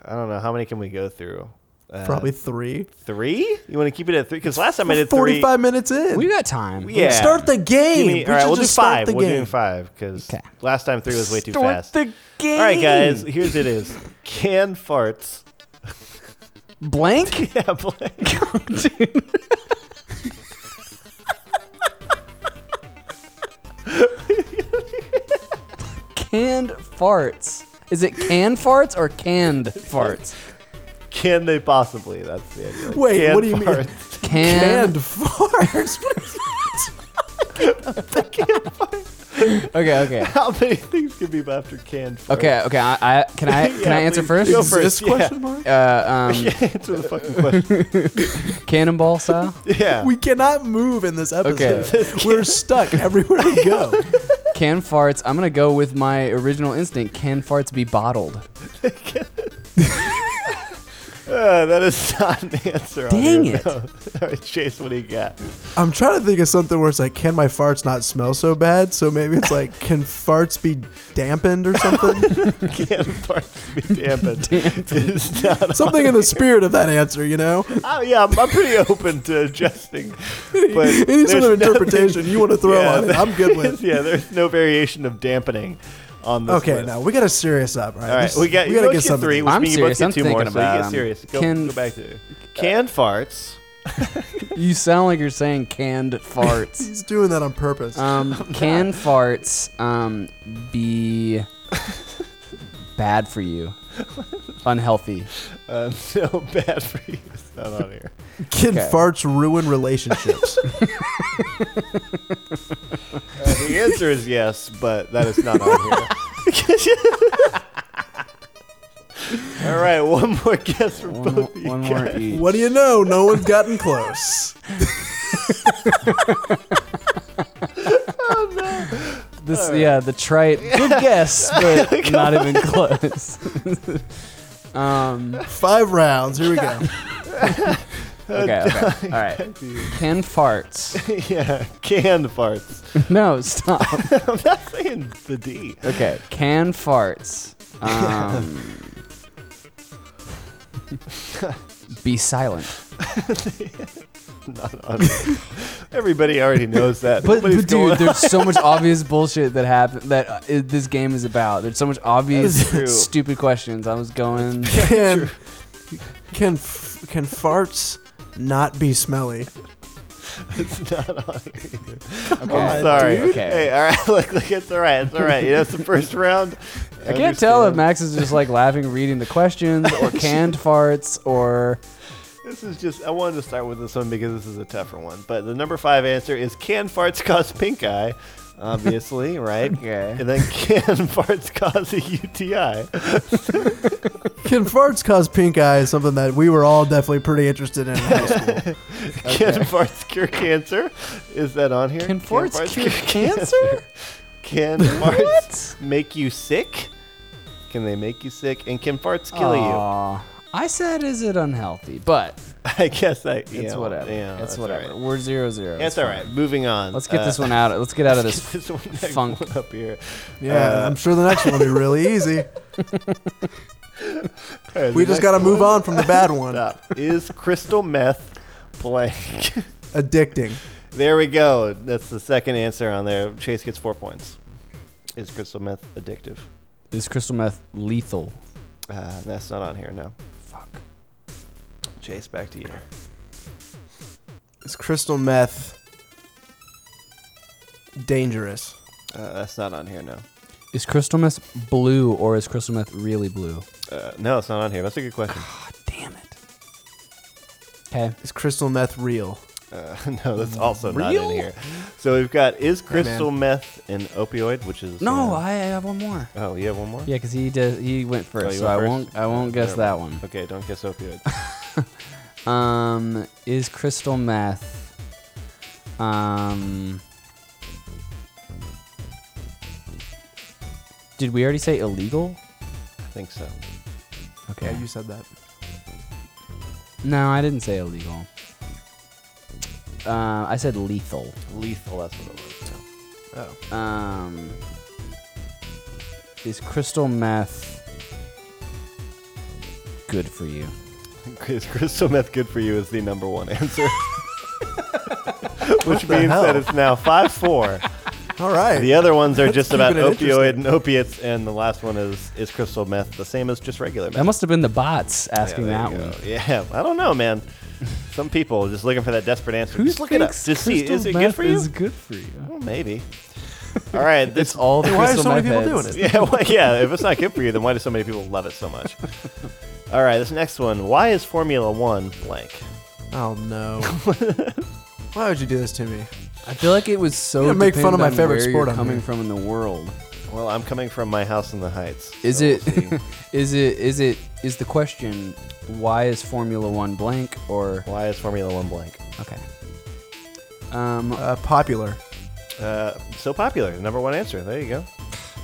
[SPEAKER 4] I don't know how many can we go through. Uh,
[SPEAKER 3] Probably three.
[SPEAKER 4] three. You want to keep it at three? Because last time I did three.
[SPEAKER 3] Forty-five minutes in.
[SPEAKER 5] we got time.
[SPEAKER 4] Yeah.
[SPEAKER 3] Start the
[SPEAKER 4] Give
[SPEAKER 3] game.
[SPEAKER 4] me-
[SPEAKER 3] we
[SPEAKER 4] all right,
[SPEAKER 3] should
[SPEAKER 4] we'll
[SPEAKER 3] just
[SPEAKER 4] do
[SPEAKER 3] start
[SPEAKER 4] five.
[SPEAKER 3] the
[SPEAKER 4] we'll
[SPEAKER 3] game.
[SPEAKER 4] do five because
[SPEAKER 5] 'Kay.
[SPEAKER 4] last time three was way too
[SPEAKER 5] Start
[SPEAKER 4] fast.
[SPEAKER 5] the game.
[SPEAKER 4] all right, guys. Here's it is. Can farts.
[SPEAKER 5] Blank.
[SPEAKER 4] Yeah, blank.
[SPEAKER 5] canned farts. Is it canned farts or canned farts?
[SPEAKER 4] Can they possibly? That's the idea. Like,
[SPEAKER 3] Wait,
[SPEAKER 4] can
[SPEAKER 3] what do you mean?
[SPEAKER 4] farts.
[SPEAKER 5] Canned.
[SPEAKER 3] Canned farts.
[SPEAKER 5] Okay, okay,
[SPEAKER 4] How many things can be after canned farts?
[SPEAKER 5] okay, okay. I, I can I can
[SPEAKER 4] Yeah,
[SPEAKER 5] I answer
[SPEAKER 4] please,
[SPEAKER 5] first?
[SPEAKER 4] go
[SPEAKER 3] Is this
[SPEAKER 4] first, yeah.
[SPEAKER 3] question mark?
[SPEAKER 5] Uh, um,
[SPEAKER 4] Answer the fucking question.
[SPEAKER 5] cannonball style.
[SPEAKER 4] Yeah.
[SPEAKER 3] We cannot move in this
[SPEAKER 5] Okay.
[SPEAKER 3] episode. We're stuck everywhere we go.
[SPEAKER 5] Can farts. I'm gonna go with my original instinct. Can farts be bottled?
[SPEAKER 4] Uh, that is not an answer.
[SPEAKER 5] Dang
[SPEAKER 4] Andrew.
[SPEAKER 5] it.
[SPEAKER 4] No. All right, Chase, what do you got?
[SPEAKER 3] I'm trying to think of something where it's like, can my farts not smell so bad? So maybe it's like, can farts be dampened or something?
[SPEAKER 4] Can parts be dampened? It's not
[SPEAKER 3] something in the spirit of that answer, you know?
[SPEAKER 4] Oh, yeah, I'm, I'm pretty open to adjusting. But
[SPEAKER 3] Any
[SPEAKER 4] there's
[SPEAKER 3] sort of
[SPEAKER 4] nothing-
[SPEAKER 3] interpretation you want to throw
[SPEAKER 4] Yeah,
[SPEAKER 3] on it, I'm good with.
[SPEAKER 4] yeah, there's no variation of dampening on this.
[SPEAKER 3] Okay,
[SPEAKER 4] list.
[SPEAKER 3] now we got to serious up. All right,
[SPEAKER 4] All right,
[SPEAKER 3] This-
[SPEAKER 4] we got,
[SPEAKER 3] we
[SPEAKER 4] you
[SPEAKER 3] gotta
[SPEAKER 4] both
[SPEAKER 3] get
[SPEAKER 4] get
[SPEAKER 3] something.
[SPEAKER 4] three, which
[SPEAKER 5] I'm
[SPEAKER 4] means you both
[SPEAKER 5] serious,
[SPEAKER 4] get
[SPEAKER 5] I'm
[SPEAKER 4] two more.
[SPEAKER 5] thinking
[SPEAKER 4] so you
[SPEAKER 5] about
[SPEAKER 4] get
[SPEAKER 5] 'em.
[SPEAKER 4] serious. Go,
[SPEAKER 3] um,
[SPEAKER 5] Can-
[SPEAKER 4] go back to can farts.
[SPEAKER 5] You sound like you're saying canned farts.
[SPEAKER 3] He's doing that on purpose.
[SPEAKER 5] Um, can farts um, be bad for you? Unhealthy.
[SPEAKER 4] Uh, so bad for you. It's not on here.
[SPEAKER 3] Can
[SPEAKER 5] okay.
[SPEAKER 3] farts ruin relationships?
[SPEAKER 4] Uh, the answer is yes, but that is not on here. All right, one more guess for
[SPEAKER 5] One,
[SPEAKER 4] both of you
[SPEAKER 5] one
[SPEAKER 4] guys.
[SPEAKER 5] more each.
[SPEAKER 3] what do you know? No one's gotten close.
[SPEAKER 5] This, yeah, the trite. Good guess, but not even close. um,
[SPEAKER 3] Five rounds. Here we go.
[SPEAKER 5] okay, okay. All right. Can farts?
[SPEAKER 4] Yeah, can farts.
[SPEAKER 5] No, stop.
[SPEAKER 4] I'm not saying the D.
[SPEAKER 5] Okay, can farts um, be silent?
[SPEAKER 4] Not on here. Everybody already knows that.
[SPEAKER 5] But,
[SPEAKER 4] Nobody's
[SPEAKER 5] but
[SPEAKER 4] going-
[SPEAKER 5] dude, there's so much obvious bullshit that happen that uh, i- this game is about. There's so much
[SPEAKER 4] That's true.
[SPEAKER 5] obvious stupid questions. I was going.
[SPEAKER 3] Can can f- can farts not be smelly?
[SPEAKER 4] It's not on here either.
[SPEAKER 5] on,
[SPEAKER 4] I'm sorry.
[SPEAKER 5] dude. Okay.
[SPEAKER 4] Hey, all right. Look, look, it's all right. It's all right. You know, it's the first round.
[SPEAKER 5] I can't tell if Max is just like laughing, reading the questions, or canned farts, or
[SPEAKER 4] This is just. I wanted to start with this one because this is a tougher one. But the number five answer is: Can farts cause pink eye? Obviously, right?
[SPEAKER 5] Okay.
[SPEAKER 4] And then can farts cause a UTI?
[SPEAKER 3] Can farts cause pink eye? Is something that we were all definitely pretty interested in. in high school.
[SPEAKER 4] Can farts cure cancer? Is that on here?
[SPEAKER 5] can farts cure cancer?
[SPEAKER 4] Can farts make you sick? Can they make you sick? And can farts kill you?
[SPEAKER 5] Aw. I said, is it unhealthy? But
[SPEAKER 4] I guess I. yeah,
[SPEAKER 5] it's
[SPEAKER 4] well,
[SPEAKER 5] whatever.
[SPEAKER 4] yeah,
[SPEAKER 5] it's
[SPEAKER 4] that's all
[SPEAKER 5] whatever.
[SPEAKER 4] right.
[SPEAKER 5] We're zero zero.
[SPEAKER 4] That's
[SPEAKER 5] It's
[SPEAKER 4] all
[SPEAKER 5] fine.
[SPEAKER 4] right. Moving on.
[SPEAKER 5] Let's get
[SPEAKER 4] Uh,
[SPEAKER 5] this one out. Let's get out of
[SPEAKER 4] let's
[SPEAKER 5] this.
[SPEAKER 4] get this one next
[SPEAKER 5] funk.
[SPEAKER 4] one up here.
[SPEAKER 3] Yeah, I'm sure the next one will be really easy.
[SPEAKER 4] All right,
[SPEAKER 3] We
[SPEAKER 4] the
[SPEAKER 3] just
[SPEAKER 4] next
[SPEAKER 3] got to move on from the bad one.
[SPEAKER 4] up is crystal meth blank.
[SPEAKER 3] Addicting.
[SPEAKER 4] there we go. That's the second answer on there. Chase gets four points. Is crystal meth addictive?
[SPEAKER 5] Is crystal meth lethal?
[SPEAKER 4] Uh, that's not on here. No.
[SPEAKER 5] Fuck.
[SPEAKER 4] Chase, back to you.
[SPEAKER 3] Is crystal meth dangerous?
[SPEAKER 4] Uh, that's not on here. No.
[SPEAKER 5] Is crystal meth blue or is crystal meth really blue?
[SPEAKER 4] Uh, no, it's not on here. That's a good question.
[SPEAKER 5] Damn it. Okay.
[SPEAKER 3] Is crystal meth real?
[SPEAKER 4] Uh, no, that's also not in here. So we've got is crystal meth an opioid, which is
[SPEAKER 5] No,
[SPEAKER 4] uh,
[SPEAKER 5] I have one more.
[SPEAKER 4] oh, you have one more.
[SPEAKER 5] Yeah, because he did. He went first,
[SPEAKER 4] Oh, you
[SPEAKER 5] so
[SPEAKER 4] went
[SPEAKER 5] I will
[SPEAKER 4] first?
[SPEAKER 5] won't. I won't guess
[SPEAKER 4] Never
[SPEAKER 5] that one.
[SPEAKER 4] Okay, don't guess opioid.
[SPEAKER 5] Um, is crystal meth? Um, did we already say illegal?
[SPEAKER 4] I think so.
[SPEAKER 5] Okay.
[SPEAKER 3] Yeah, you said that.
[SPEAKER 5] no, I didn't say illegal. Uh, I said lethal.
[SPEAKER 4] Lethal. That's what it was. No.
[SPEAKER 3] Oh,
[SPEAKER 5] Um, is crystal meth good for you?
[SPEAKER 4] Is crystal meth good for you is the number one answer. Which means
[SPEAKER 3] hell?
[SPEAKER 4] that it's now 5 4.
[SPEAKER 3] all right.
[SPEAKER 4] The other ones are just about
[SPEAKER 3] keeping it
[SPEAKER 4] opioid
[SPEAKER 3] interesting.
[SPEAKER 4] and opiates, and the last one is is crystal meth the same as just regular
[SPEAKER 5] That
[SPEAKER 4] meth?
[SPEAKER 5] must have been the bots asking
[SPEAKER 4] yeah,
[SPEAKER 5] that
[SPEAKER 4] there you
[SPEAKER 5] one.
[SPEAKER 4] go. Yeah, I don't know, man. Some people are just looking for that desperate answer.
[SPEAKER 5] Who
[SPEAKER 4] just look it up.
[SPEAKER 5] thinks
[SPEAKER 4] Just see,
[SPEAKER 5] crystal
[SPEAKER 4] is it good
[SPEAKER 5] meth
[SPEAKER 4] for you?
[SPEAKER 5] Is good for you.
[SPEAKER 4] Well, maybe. All right, this
[SPEAKER 5] It's all the
[SPEAKER 3] Why are
[SPEAKER 5] crystal
[SPEAKER 3] so many
[SPEAKER 5] meth
[SPEAKER 3] people doing
[SPEAKER 5] heads.
[SPEAKER 3] it?
[SPEAKER 4] yeah, well, yeah. If it's not good for you, then why do so many people love it so much? All right, this next one. Why is Formula One blank?
[SPEAKER 3] Oh no. Why would you do this to me?
[SPEAKER 5] I feel like it was so.
[SPEAKER 3] You make fun of my
[SPEAKER 5] dependent on
[SPEAKER 3] favorite
[SPEAKER 5] where
[SPEAKER 3] sport
[SPEAKER 5] You're
[SPEAKER 3] on
[SPEAKER 5] coming
[SPEAKER 3] here.
[SPEAKER 5] from in the world.
[SPEAKER 4] Well, I'm coming from my house in the Heights.
[SPEAKER 5] Is
[SPEAKER 4] so
[SPEAKER 5] it?
[SPEAKER 4] we'll see.
[SPEAKER 5] Is it? Is it? Is the question? Why is Formula One blank? Or
[SPEAKER 4] Why is Formula One blank?
[SPEAKER 5] okay. Um.
[SPEAKER 3] Uh, popular.
[SPEAKER 4] Uh, so popular. Number one answer. There you go.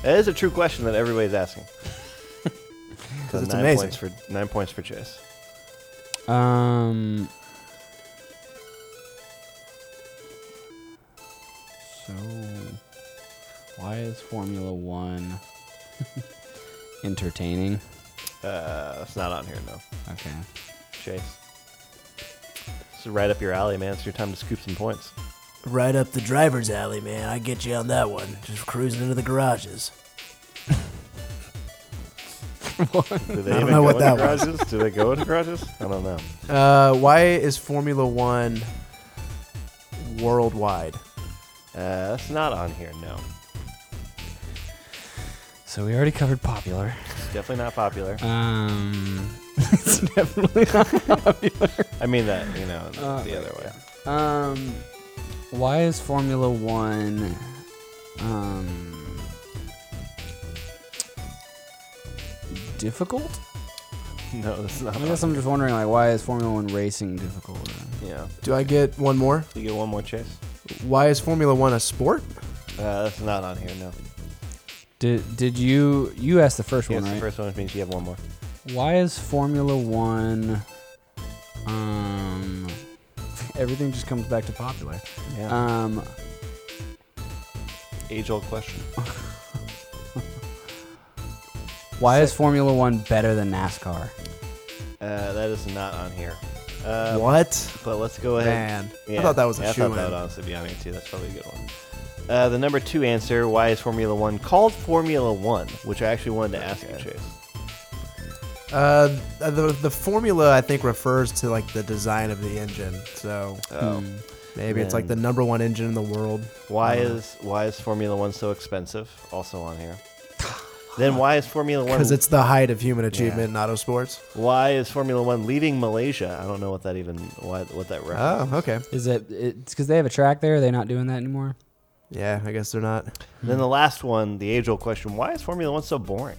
[SPEAKER 4] That is a true question that everybody's asking. Because
[SPEAKER 3] it's
[SPEAKER 4] nine
[SPEAKER 3] amazing.
[SPEAKER 4] Points for, nine points for Chase.
[SPEAKER 5] Um. So, why is Formula One entertaining?
[SPEAKER 4] Uh, it's not on here, no.
[SPEAKER 5] Okay.
[SPEAKER 4] Chase. It's right up your alley, man. It's your time to scoop some points.
[SPEAKER 9] Right up the driver's alley, man. I get you on that one. Just cruising into the garages.
[SPEAKER 4] Do they
[SPEAKER 9] don't
[SPEAKER 4] even
[SPEAKER 9] know
[SPEAKER 4] go
[SPEAKER 9] what
[SPEAKER 4] into
[SPEAKER 9] that was.
[SPEAKER 4] garages? Do they go into garages? I don't know.
[SPEAKER 3] Uh, why is Formula One worldwide?
[SPEAKER 4] Uh, it's not on here, no.
[SPEAKER 5] So we already covered popular.
[SPEAKER 4] It's definitely not popular.
[SPEAKER 5] Um.
[SPEAKER 4] I mean that, you know, the,
[SPEAKER 5] Uh,
[SPEAKER 4] the other way.
[SPEAKER 5] Um. Why is Formula One? Um. Difficult?
[SPEAKER 4] No, it's not.
[SPEAKER 5] I
[SPEAKER 4] on
[SPEAKER 5] guess I'm just wondering, like, why is Formula One racing difficult?
[SPEAKER 4] here. Yeah.
[SPEAKER 3] Do I get one more?
[SPEAKER 4] You get one more, Chase.
[SPEAKER 3] Why is Formula One a sport?
[SPEAKER 4] Uh, that's not on here, no.
[SPEAKER 5] Did did you you asked the first
[SPEAKER 4] Yes,
[SPEAKER 5] one
[SPEAKER 4] the
[SPEAKER 5] right?
[SPEAKER 4] first one means you have one more.
[SPEAKER 5] Why is Formula One? Um, everything just comes back to popular.
[SPEAKER 4] Yeah.
[SPEAKER 5] Um,
[SPEAKER 4] Age old question.
[SPEAKER 5] why is Formula One better than NASCAR?
[SPEAKER 4] Uh, that is not on here. Uh,
[SPEAKER 3] what?
[SPEAKER 4] But let's go ahead.
[SPEAKER 3] Man, I thought that was a
[SPEAKER 4] yeah, I
[SPEAKER 3] shoo-in.
[SPEAKER 4] thought that would honestly be on here too. That's probably a good one. Uh, the number two answer: Why is Formula One called Formula One? Which I actually wanted to ask you, Chase.
[SPEAKER 3] Uh, the the formula I think refers to like the design of the engine. So
[SPEAKER 4] Oh,
[SPEAKER 3] Hmm. maybe it's like the
[SPEAKER 4] Then-
[SPEAKER 3] number one engine in the world.
[SPEAKER 4] Why is why is Formula One so expensive? Also on here. then why is Formula One?
[SPEAKER 3] Because it's the height of human achievement in auto sports.
[SPEAKER 4] why is Formula One leaving Malaysia? I don't know what that even why, what that reference.
[SPEAKER 3] Oh, okay.
[SPEAKER 5] Is it? It's because they have a track there. Are they not doing that anymore?
[SPEAKER 3] Yeah, I guess they're not.
[SPEAKER 4] Then the last one, the age old question: Why is Formula One so boring?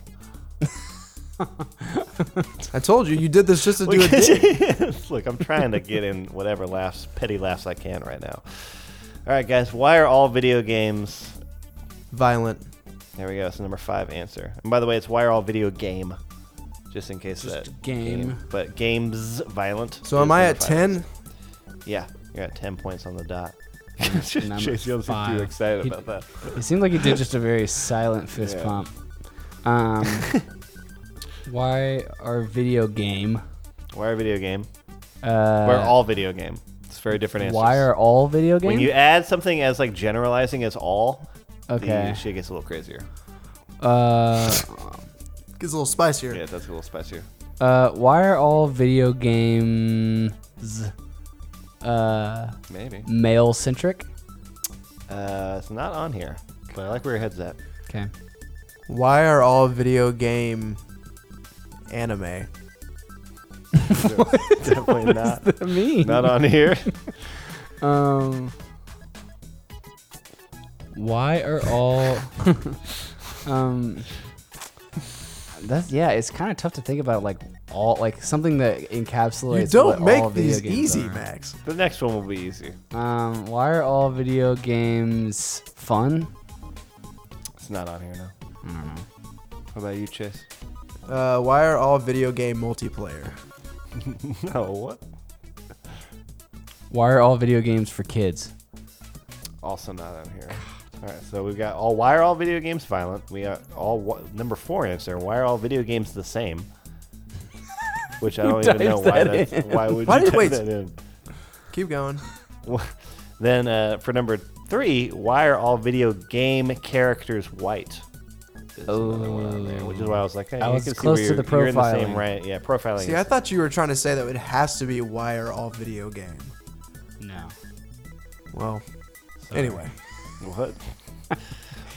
[SPEAKER 3] I told you, you did this just to do a dig.
[SPEAKER 4] Look, I'm trying to get in whatever laughs, petty laughs I can right now. All right, guys, why are all video games?
[SPEAKER 3] Violent.
[SPEAKER 4] There we go. It's the number five answer. And by the way, it's why are all video game? Just in case
[SPEAKER 5] Just
[SPEAKER 4] that
[SPEAKER 5] game.
[SPEAKER 4] but games violent.
[SPEAKER 3] So am
[SPEAKER 4] is
[SPEAKER 3] I
[SPEAKER 4] number
[SPEAKER 3] at
[SPEAKER 4] five.
[SPEAKER 3] ten?
[SPEAKER 4] Yeah, you're at ten points on the dot.
[SPEAKER 5] number
[SPEAKER 4] Chase, you don't seem
[SPEAKER 5] five.
[SPEAKER 4] too excited
[SPEAKER 5] He-
[SPEAKER 4] about that.
[SPEAKER 5] It seemed like he did just a very silent fist
[SPEAKER 4] Yeah.
[SPEAKER 5] pump. Um, why are video game?
[SPEAKER 4] Why are video game?
[SPEAKER 5] Uh,
[SPEAKER 4] Why are all video game? It's very different answers.
[SPEAKER 5] why are all video games?
[SPEAKER 4] when you add something as like generalizing as all,
[SPEAKER 5] Okay.
[SPEAKER 4] the shit gets a little crazier.
[SPEAKER 5] uh,
[SPEAKER 3] Gets a little spicier.
[SPEAKER 4] Yeah, that's a little spicier.
[SPEAKER 5] uh, why are all video games uh,
[SPEAKER 4] Maybe.
[SPEAKER 5] male centric?
[SPEAKER 4] Uh, it's not on here, but I like where your head's at.
[SPEAKER 5] Okay.
[SPEAKER 3] Why are all video game anime?
[SPEAKER 4] Definitely not.
[SPEAKER 5] Me.
[SPEAKER 4] Not on here.
[SPEAKER 5] Um. Why are all? um. That's yeah. It's kind of tough to think about like all like something that encapsulates.
[SPEAKER 3] You don't
[SPEAKER 5] what all
[SPEAKER 3] make
[SPEAKER 5] video
[SPEAKER 3] these
[SPEAKER 5] games
[SPEAKER 3] easy,
[SPEAKER 5] are.
[SPEAKER 3] Max.
[SPEAKER 4] the next one will be easy.
[SPEAKER 5] Um. Why are all video games fun?
[SPEAKER 4] It's not on here now. What about you, Chase?
[SPEAKER 3] Uh, why are all video game multiplayer?
[SPEAKER 4] No, what?
[SPEAKER 5] Why are all video games for kids?
[SPEAKER 4] Also not on here. All right, so we've got all. Why are all video games violent? We got all wha- number four answer. Why are all video games the same? Which I don't even know
[SPEAKER 5] types
[SPEAKER 4] why.
[SPEAKER 5] that
[SPEAKER 4] That's, why would
[SPEAKER 3] Why
[SPEAKER 4] you
[SPEAKER 3] did-
[SPEAKER 4] type
[SPEAKER 3] wait.
[SPEAKER 4] that in?
[SPEAKER 3] Keep going.
[SPEAKER 4] Wha- Then uh, for number three, why are all video game characters white? Is another one on there, which is why I was like, hey,
[SPEAKER 5] I
[SPEAKER 4] you
[SPEAKER 5] was
[SPEAKER 4] can see
[SPEAKER 5] close
[SPEAKER 4] where
[SPEAKER 5] to
[SPEAKER 4] you're-
[SPEAKER 5] the
[SPEAKER 4] you're in the same
[SPEAKER 5] profiling.
[SPEAKER 4] right. Yeah, profiling.
[SPEAKER 3] See,
[SPEAKER 4] is-
[SPEAKER 3] I thought you were trying to say that it has to be why are all video game.
[SPEAKER 5] No.
[SPEAKER 3] Well, anyway,
[SPEAKER 4] What?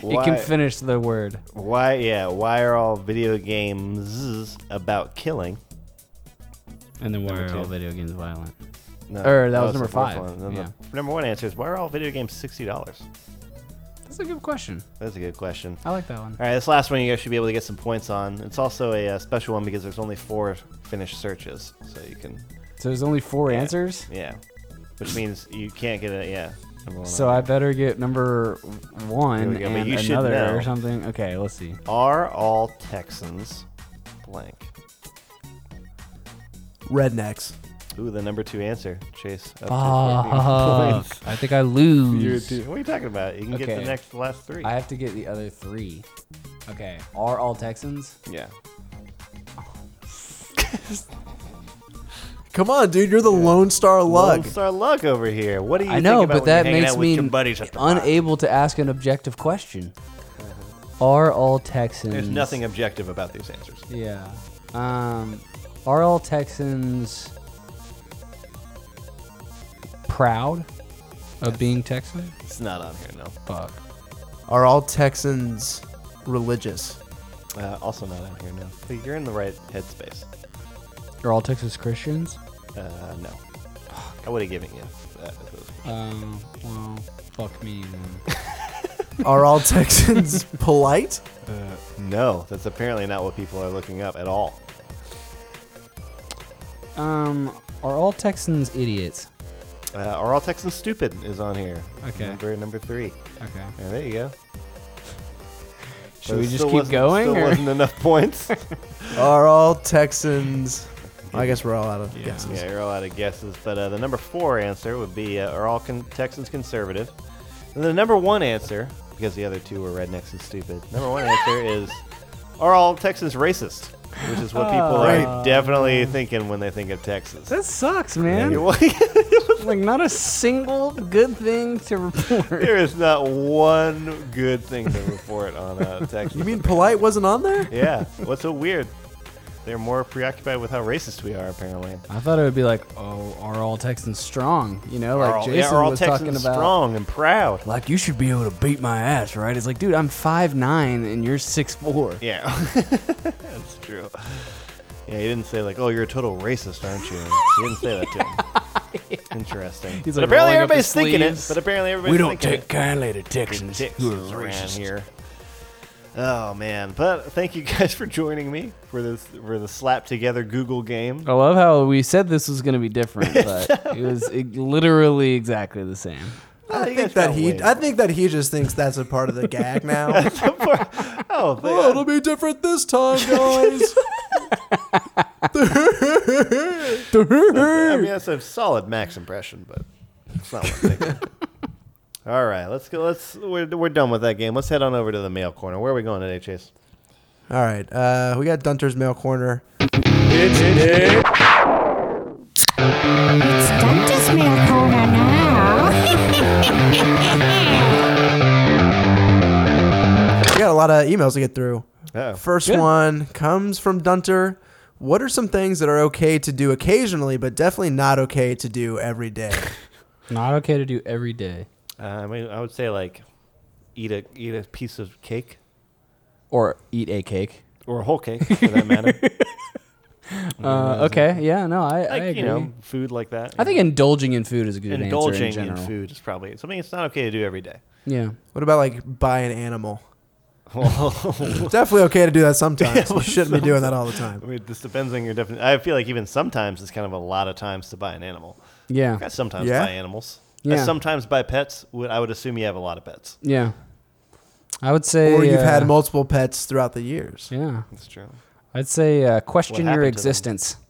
[SPEAKER 5] You
[SPEAKER 4] why,
[SPEAKER 5] can finish the word.
[SPEAKER 4] why? Yeah. Why are all video games about killing?
[SPEAKER 5] And then why
[SPEAKER 4] Number
[SPEAKER 5] are all
[SPEAKER 4] two.
[SPEAKER 5] video games violent?
[SPEAKER 4] No,
[SPEAKER 5] Or Er, that was
[SPEAKER 4] the
[SPEAKER 5] number
[SPEAKER 4] fourth
[SPEAKER 5] five,
[SPEAKER 4] one. Then the
[SPEAKER 5] yeah.
[SPEAKER 4] f- number one answer is why are all video games sixty dollars?
[SPEAKER 5] That's a good question.
[SPEAKER 4] That's a good question.
[SPEAKER 5] I like that one.
[SPEAKER 4] All right, this last one you guys should be able to get some points on. It's also a, uh special one because there's only four finished searches, so you can
[SPEAKER 5] So there's only four answers.
[SPEAKER 4] yeah, which means you can't get a yeah. number one
[SPEAKER 5] So
[SPEAKER 4] on
[SPEAKER 5] I
[SPEAKER 4] there.
[SPEAKER 5] better get number
[SPEAKER 4] Here
[SPEAKER 5] one
[SPEAKER 4] we go, but
[SPEAKER 5] and
[SPEAKER 4] you should
[SPEAKER 5] another
[SPEAKER 4] know.
[SPEAKER 5] or something. Okay, let's see.
[SPEAKER 4] are all Texans blank?
[SPEAKER 3] rednecks.
[SPEAKER 4] Ooh, the number two answer, Chase. Up to 14 points.
[SPEAKER 5] Fuck. Ah, I think I lose.
[SPEAKER 4] You're two- What are you talking about? You can get the
[SPEAKER 5] Okay.
[SPEAKER 4] next last three.
[SPEAKER 5] I have to get the other three. Okay. Are all Texans?
[SPEAKER 4] yeah.
[SPEAKER 3] Come on, dude. You're the Lone Star Lug.
[SPEAKER 4] Lone Star Luck over here. What do you
[SPEAKER 5] I
[SPEAKER 4] think
[SPEAKER 5] know,
[SPEAKER 4] about
[SPEAKER 5] but
[SPEAKER 4] when you're
[SPEAKER 5] that
[SPEAKER 4] hanging
[SPEAKER 5] makes
[SPEAKER 4] out
[SPEAKER 5] me
[SPEAKER 4] with your buddies after a while?
[SPEAKER 5] unable to ask an objective question. Are all Texans?
[SPEAKER 4] There's nothing objective about these answers.
[SPEAKER 5] Yeah. Um, are all Texans proud of being Texan?
[SPEAKER 4] It's not on here, no.
[SPEAKER 5] Fuck.
[SPEAKER 3] Are all Texans religious?
[SPEAKER 4] Uh, also not on here, no. But you're in the right headspace.
[SPEAKER 5] Are all Texas Christians?
[SPEAKER 4] Uh, no. I would have given you uh, that. if it was-
[SPEAKER 5] Um, well, fuck me.
[SPEAKER 3] Are all Texans polite?
[SPEAKER 4] No, that's apparently not what people are looking up at all.
[SPEAKER 5] um, are all Texans idiots?
[SPEAKER 4] Uh, are all Texans stupid is on here.
[SPEAKER 5] Okay.
[SPEAKER 4] Number number three.
[SPEAKER 5] Okay.
[SPEAKER 4] Yeah, there you go.
[SPEAKER 5] Should
[SPEAKER 4] But
[SPEAKER 5] we
[SPEAKER 4] it
[SPEAKER 5] just
[SPEAKER 4] still
[SPEAKER 5] keep
[SPEAKER 4] wasn't-
[SPEAKER 5] going?
[SPEAKER 4] Still
[SPEAKER 5] Or?
[SPEAKER 4] wasn't enough points.
[SPEAKER 3] Are all Texans? I guess we're all out of guesses.
[SPEAKER 4] yeah, you're all out of guesses. But uh, the number four answer would be: uh, Are all con- Texans conservative? And the number one answer, because the other two were rednecks and stupid. Number one answer is: Are all Texans racist? Which is what people
[SPEAKER 3] Oh.
[SPEAKER 4] are definitely thinking when they think of Texas.
[SPEAKER 5] That sucks, man.
[SPEAKER 4] You're like-
[SPEAKER 5] like not a single good thing to report.
[SPEAKER 4] there is not one good thing to report on uh, Texas.
[SPEAKER 3] You mean polite wasn't on there?
[SPEAKER 4] Yeah. What's so weird? They're more preoccupied with how racist we are, apparently.
[SPEAKER 5] I thought it would be like, oh, are all Texans strong? You know, like
[SPEAKER 4] are all,
[SPEAKER 5] Jason
[SPEAKER 4] yeah, are all
[SPEAKER 5] was
[SPEAKER 4] Texans
[SPEAKER 5] talking about.
[SPEAKER 4] strong and proud.
[SPEAKER 5] Like you should be able to beat my ass, right? It's like, dude, I'm five nine and you're six four.
[SPEAKER 4] Yeah, that's true. Yeah, he didn't say like, "Oh, you're a total racist, aren't you?" He didn't say that to him. Interesting.
[SPEAKER 5] He's,
[SPEAKER 4] but
[SPEAKER 5] like,
[SPEAKER 4] apparently
[SPEAKER 5] rolling up his
[SPEAKER 4] everybody's thinking it.
[SPEAKER 5] sleeves.
[SPEAKER 4] But apparently everybody's
[SPEAKER 9] We don't
[SPEAKER 4] thinking
[SPEAKER 9] take
[SPEAKER 4] it.
[SPEAKER 9] kindly to
[SPEAKER 4] Big
[SPEAKER 9] Texans
[SPEAKER 4] dicks
[SPEAKER 9] who are
[SPEAKER 4] around
[SPEAKER 9] racist.
[SPEAKER 4] here. Oh man! But thank you guys for joining me for this for the slap together Google game.
[SPEAKER 5] I love how we said this was going to be different, but it was e- literally exactly the same.
[SPEAKER 4] Oh,
[SPEAKER 3] I think that he. I think that he just thinks that's a part of the gag now.
[SPEAKER 4] oh,
[SPEAKER 3] oh,
[SPEAKER 4] thank-
[SPEAKER 3] it'll be different this time, guys.
[SPEAKER 4] I mean that's a solid max impression, but it's not what I'm thinking. All right, let's go. Let's we're, we're done with that game. Let's head on over to the mail corner. Where are we going today, Chase?
[SPEAKER 3] All right, uh, we got Dunter's mail corner.
[SPEAKER 2] It's Dungeon's Mail Corner now.
[SPEAKER 3] We got a lot of emails to get through.
[SPEAKER 4] Uh-oh.
[SPEAKER 3] First one comes from Dunter. What are some things that are okay to do occasionally, but definitely not okay to do every day?
[SPEAKER 5] Not okay to do every day,
[SPEAKER 4] Uh, I mean, I would say like eat a eat a piece of cake
[SPEAKER 5] or eat a cake.
[SPEAKER 4] or a whole cake for that matter.
[SPEAKER 5] Uh, okay, yeah, no, I, I
[SPEAKER 4] like
[SPEAKER 5] agree.
[SPEAKER 4] you know, food like that.
[SPEAKER 5] I think indulging in food is a good
[SPEAKER 4] indulging
[SPEAKER 5] answer in
[SPEAKER 4] in,
[SPEAKER 5] general.
[SPEAKER 4] food is probably something it's not okay to do every day.
[SPEAKER 5] Yeah,
[SPEAKER 3] What about like buy an animal? Definitely okay to do that sometimes. You shouldn't be doing that all the
[SPEAKER 4] I
[SPEAKER 3] time.
[SPEAKER 4] mean, this depends on your definition. I feel like even sometimes it's kind of a lot of times to buy an animal. I
[SPEAKER 5] yeah,
[SPEAKER 4] sometimes
[SPEAKER 3] Yeah?
[SPEAKER 4] buy animals. I
[SPEAKER 5] Yeah.
[SPEAKER 4] sometimes buy pets. Would- I would assume you have a lot of pets.
[SPEAKER 5] yeah. I would say,
[SPEAKER 3] Or you've had
[SPEAKER 5] uh,
[SPEAKER 3] multiple pets throughout the years.
[SPEAKER 5] Yeah,
[SPEAKER 4] That's true.
[SPEAKER 5] I'd say uh, question
[SPEAKER 4] happened
[SPEAKER 5] your
[SPEAKER 4] to them?
[SPEAKER 5] existence.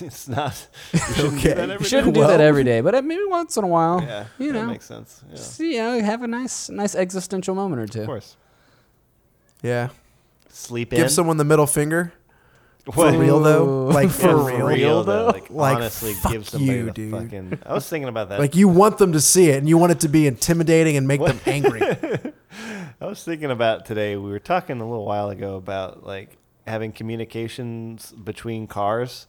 [SPEAKER 4] It's not. You shouldn't do
[SPEAKER 3] Okay.
[SPEAKER 4] that
[SPEAKER 3] You
[SPEAKER 4] every
[SPEAKER 5] You
[SPEAKER 4] day.
[SPEAKER 5] shouldn't do
[SPEAKER 3] Well-
[SPEAKER 5] that every day, but uh, maybe once in a while.
[SPEAKER 4] Yeah,
[SPEAKER 5] you
[SPEAKER 4] that
[SPEAKER 5] know,
[SPEAKER 4] makes sense. Yeah,
[SPEAKER 5] just, you know, have a nice, nice existential moment or two.
[SPEAKER 4] of course.
[SPEAKER 3] Yeah.
[SPEAKER 4] Sleep in.
[SPEAKER 3] Give someone the middle finger. For
[SPEAKER 4] What?
[SPEAKER 3] real though. Like for
[SPEAKER 4] For
[SPEAKER 3] real.
[SPEAKER 4] real though, like,
[SPEAKER 3] Like,
[SPEAKER 4] honestly,
[SPEAKER 3] fuck
[SPEAKER 4] give somebody
[SPEAKER 3] you,
[SPEAKER 4] the
[SPEAKER 3] dude.
[SPEAKER 4] fucking. I was thinking about that.
[SPEAKER 3] Like you want them to see it and you want it to be intimidating and make them angry.
[SPEAKER 4] I was thinking about today. We were talking a little while ago about like having communications between cars,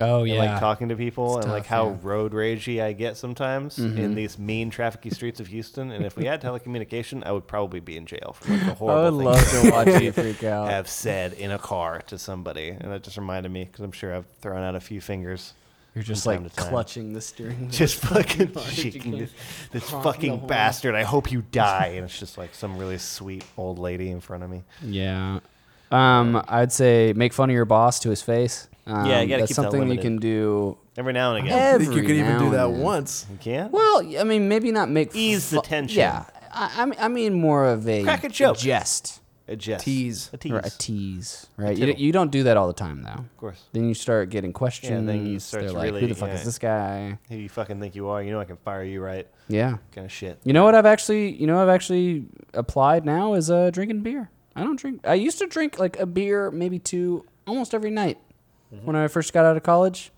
[SPEAKER 5] Oh
[SPEAKER 4] and, like talking to people, and like
[SPEAKER 5] tough,
[SPEAKER 4] how
[SPEAKER 5] yeah. Mm-hmm.
[SPEAKER 4] road ragey I get sometimes in these mean trafficky streets of Houston. And if we had telecommunication, I would probably be in jail for like, the
[SPEAKER 5] I would
[SPEAKER 4] horrible
[SPEAKER 5] love
[SPEAKER 4] things
[SPEAKER 5] to watch you freak
[SPEAKER 4] I
[SPEAKER 5] out.
[SPEAKER 4] have said in a car to somebody. And that just reminded me because I'm sure I've thrown out a few fingers.
[SPEAKER 5] You're just
[SPEAKER 4] from time
[SPEAKER 5] like
[SPEAKER 4] to time.
[SPEAKER 5] clutching the steering wheel.
[SPEAKER 4] just fucking shaking this, this
[SPEAKER 5] the
[SPEAKER 4] fucking
[SPEAKER 5] horn.
[SPEAKER 4] bastard. I hope you die. And it's just like some really sweet old lady in front of me.
[SPEAKER 5] Yeah. Um, I'd say make fun of your boss to his face. Um,
[SPEAKER 4] Yeah, you gotta
[SPEAKER 5] that's
[SPEAKER 4] keep that
[SPEAKER 5] something you
[SPEAKER 4] limited.
[SPEAKER 5] can do.
[SPEAKER 4] Every now and again.
[SPEAKER 3] I think you
[SPEAKER 5] Every
[SPEAKER 3] could even
[SPEAKER 5] now
[SPEAKER 3] do
[SPEAKER 5] and
[SPEAKER 3] that
[SPEAKER 5] then.
[SPEAKER 3] once.
[SPEAKER 4] You can't?
[SPEAKER 5] Well, I mean, maybe not make
[SPEAKER 4] Ease the
[SPEAKER 5] fu-
[SPEAKER 4] tension.
[SPEAKER 5] Yeah, I, I mean- I mean more of a
[SPEAKER 4] Crack a joke.
[SPEAKER 5] jest.
[SPEAKER 4] A jest.
[SPEAKER 3] Tease.
[SPEAKER 4] Uh, A tease.
[SPEAKER 5] or a tease, right? You,
[SPEAKER 4] tittle.
[SPEAKER 5] you don't do that all the time though. Of
[SPEAKER 4] course.
[SPEAKER 5] Then you start getting questions.
[SPEAKER 4] start
[SPEAKER 5] They're
[SPEAKER 4] to
[SPEAKER 5] like,
[SPEAKER 4] really-
[SPEAKER 5] who the fuck
[SPEAKER 4] yeah.
[SPEAKER 5] is this guy?
[SPEAKER 4] Who you fucking think you are? You know I can fire you, right?
[SPEAKER 5] Yeah.
[SPEAKER 4] Kind of shit.
[SPEAKER 5] You know what I've actually, you know, I've actually applied now is uh, drinking beer. I don't drink. I used to drink like a beer, maybe two, almost every night when I first got out of college.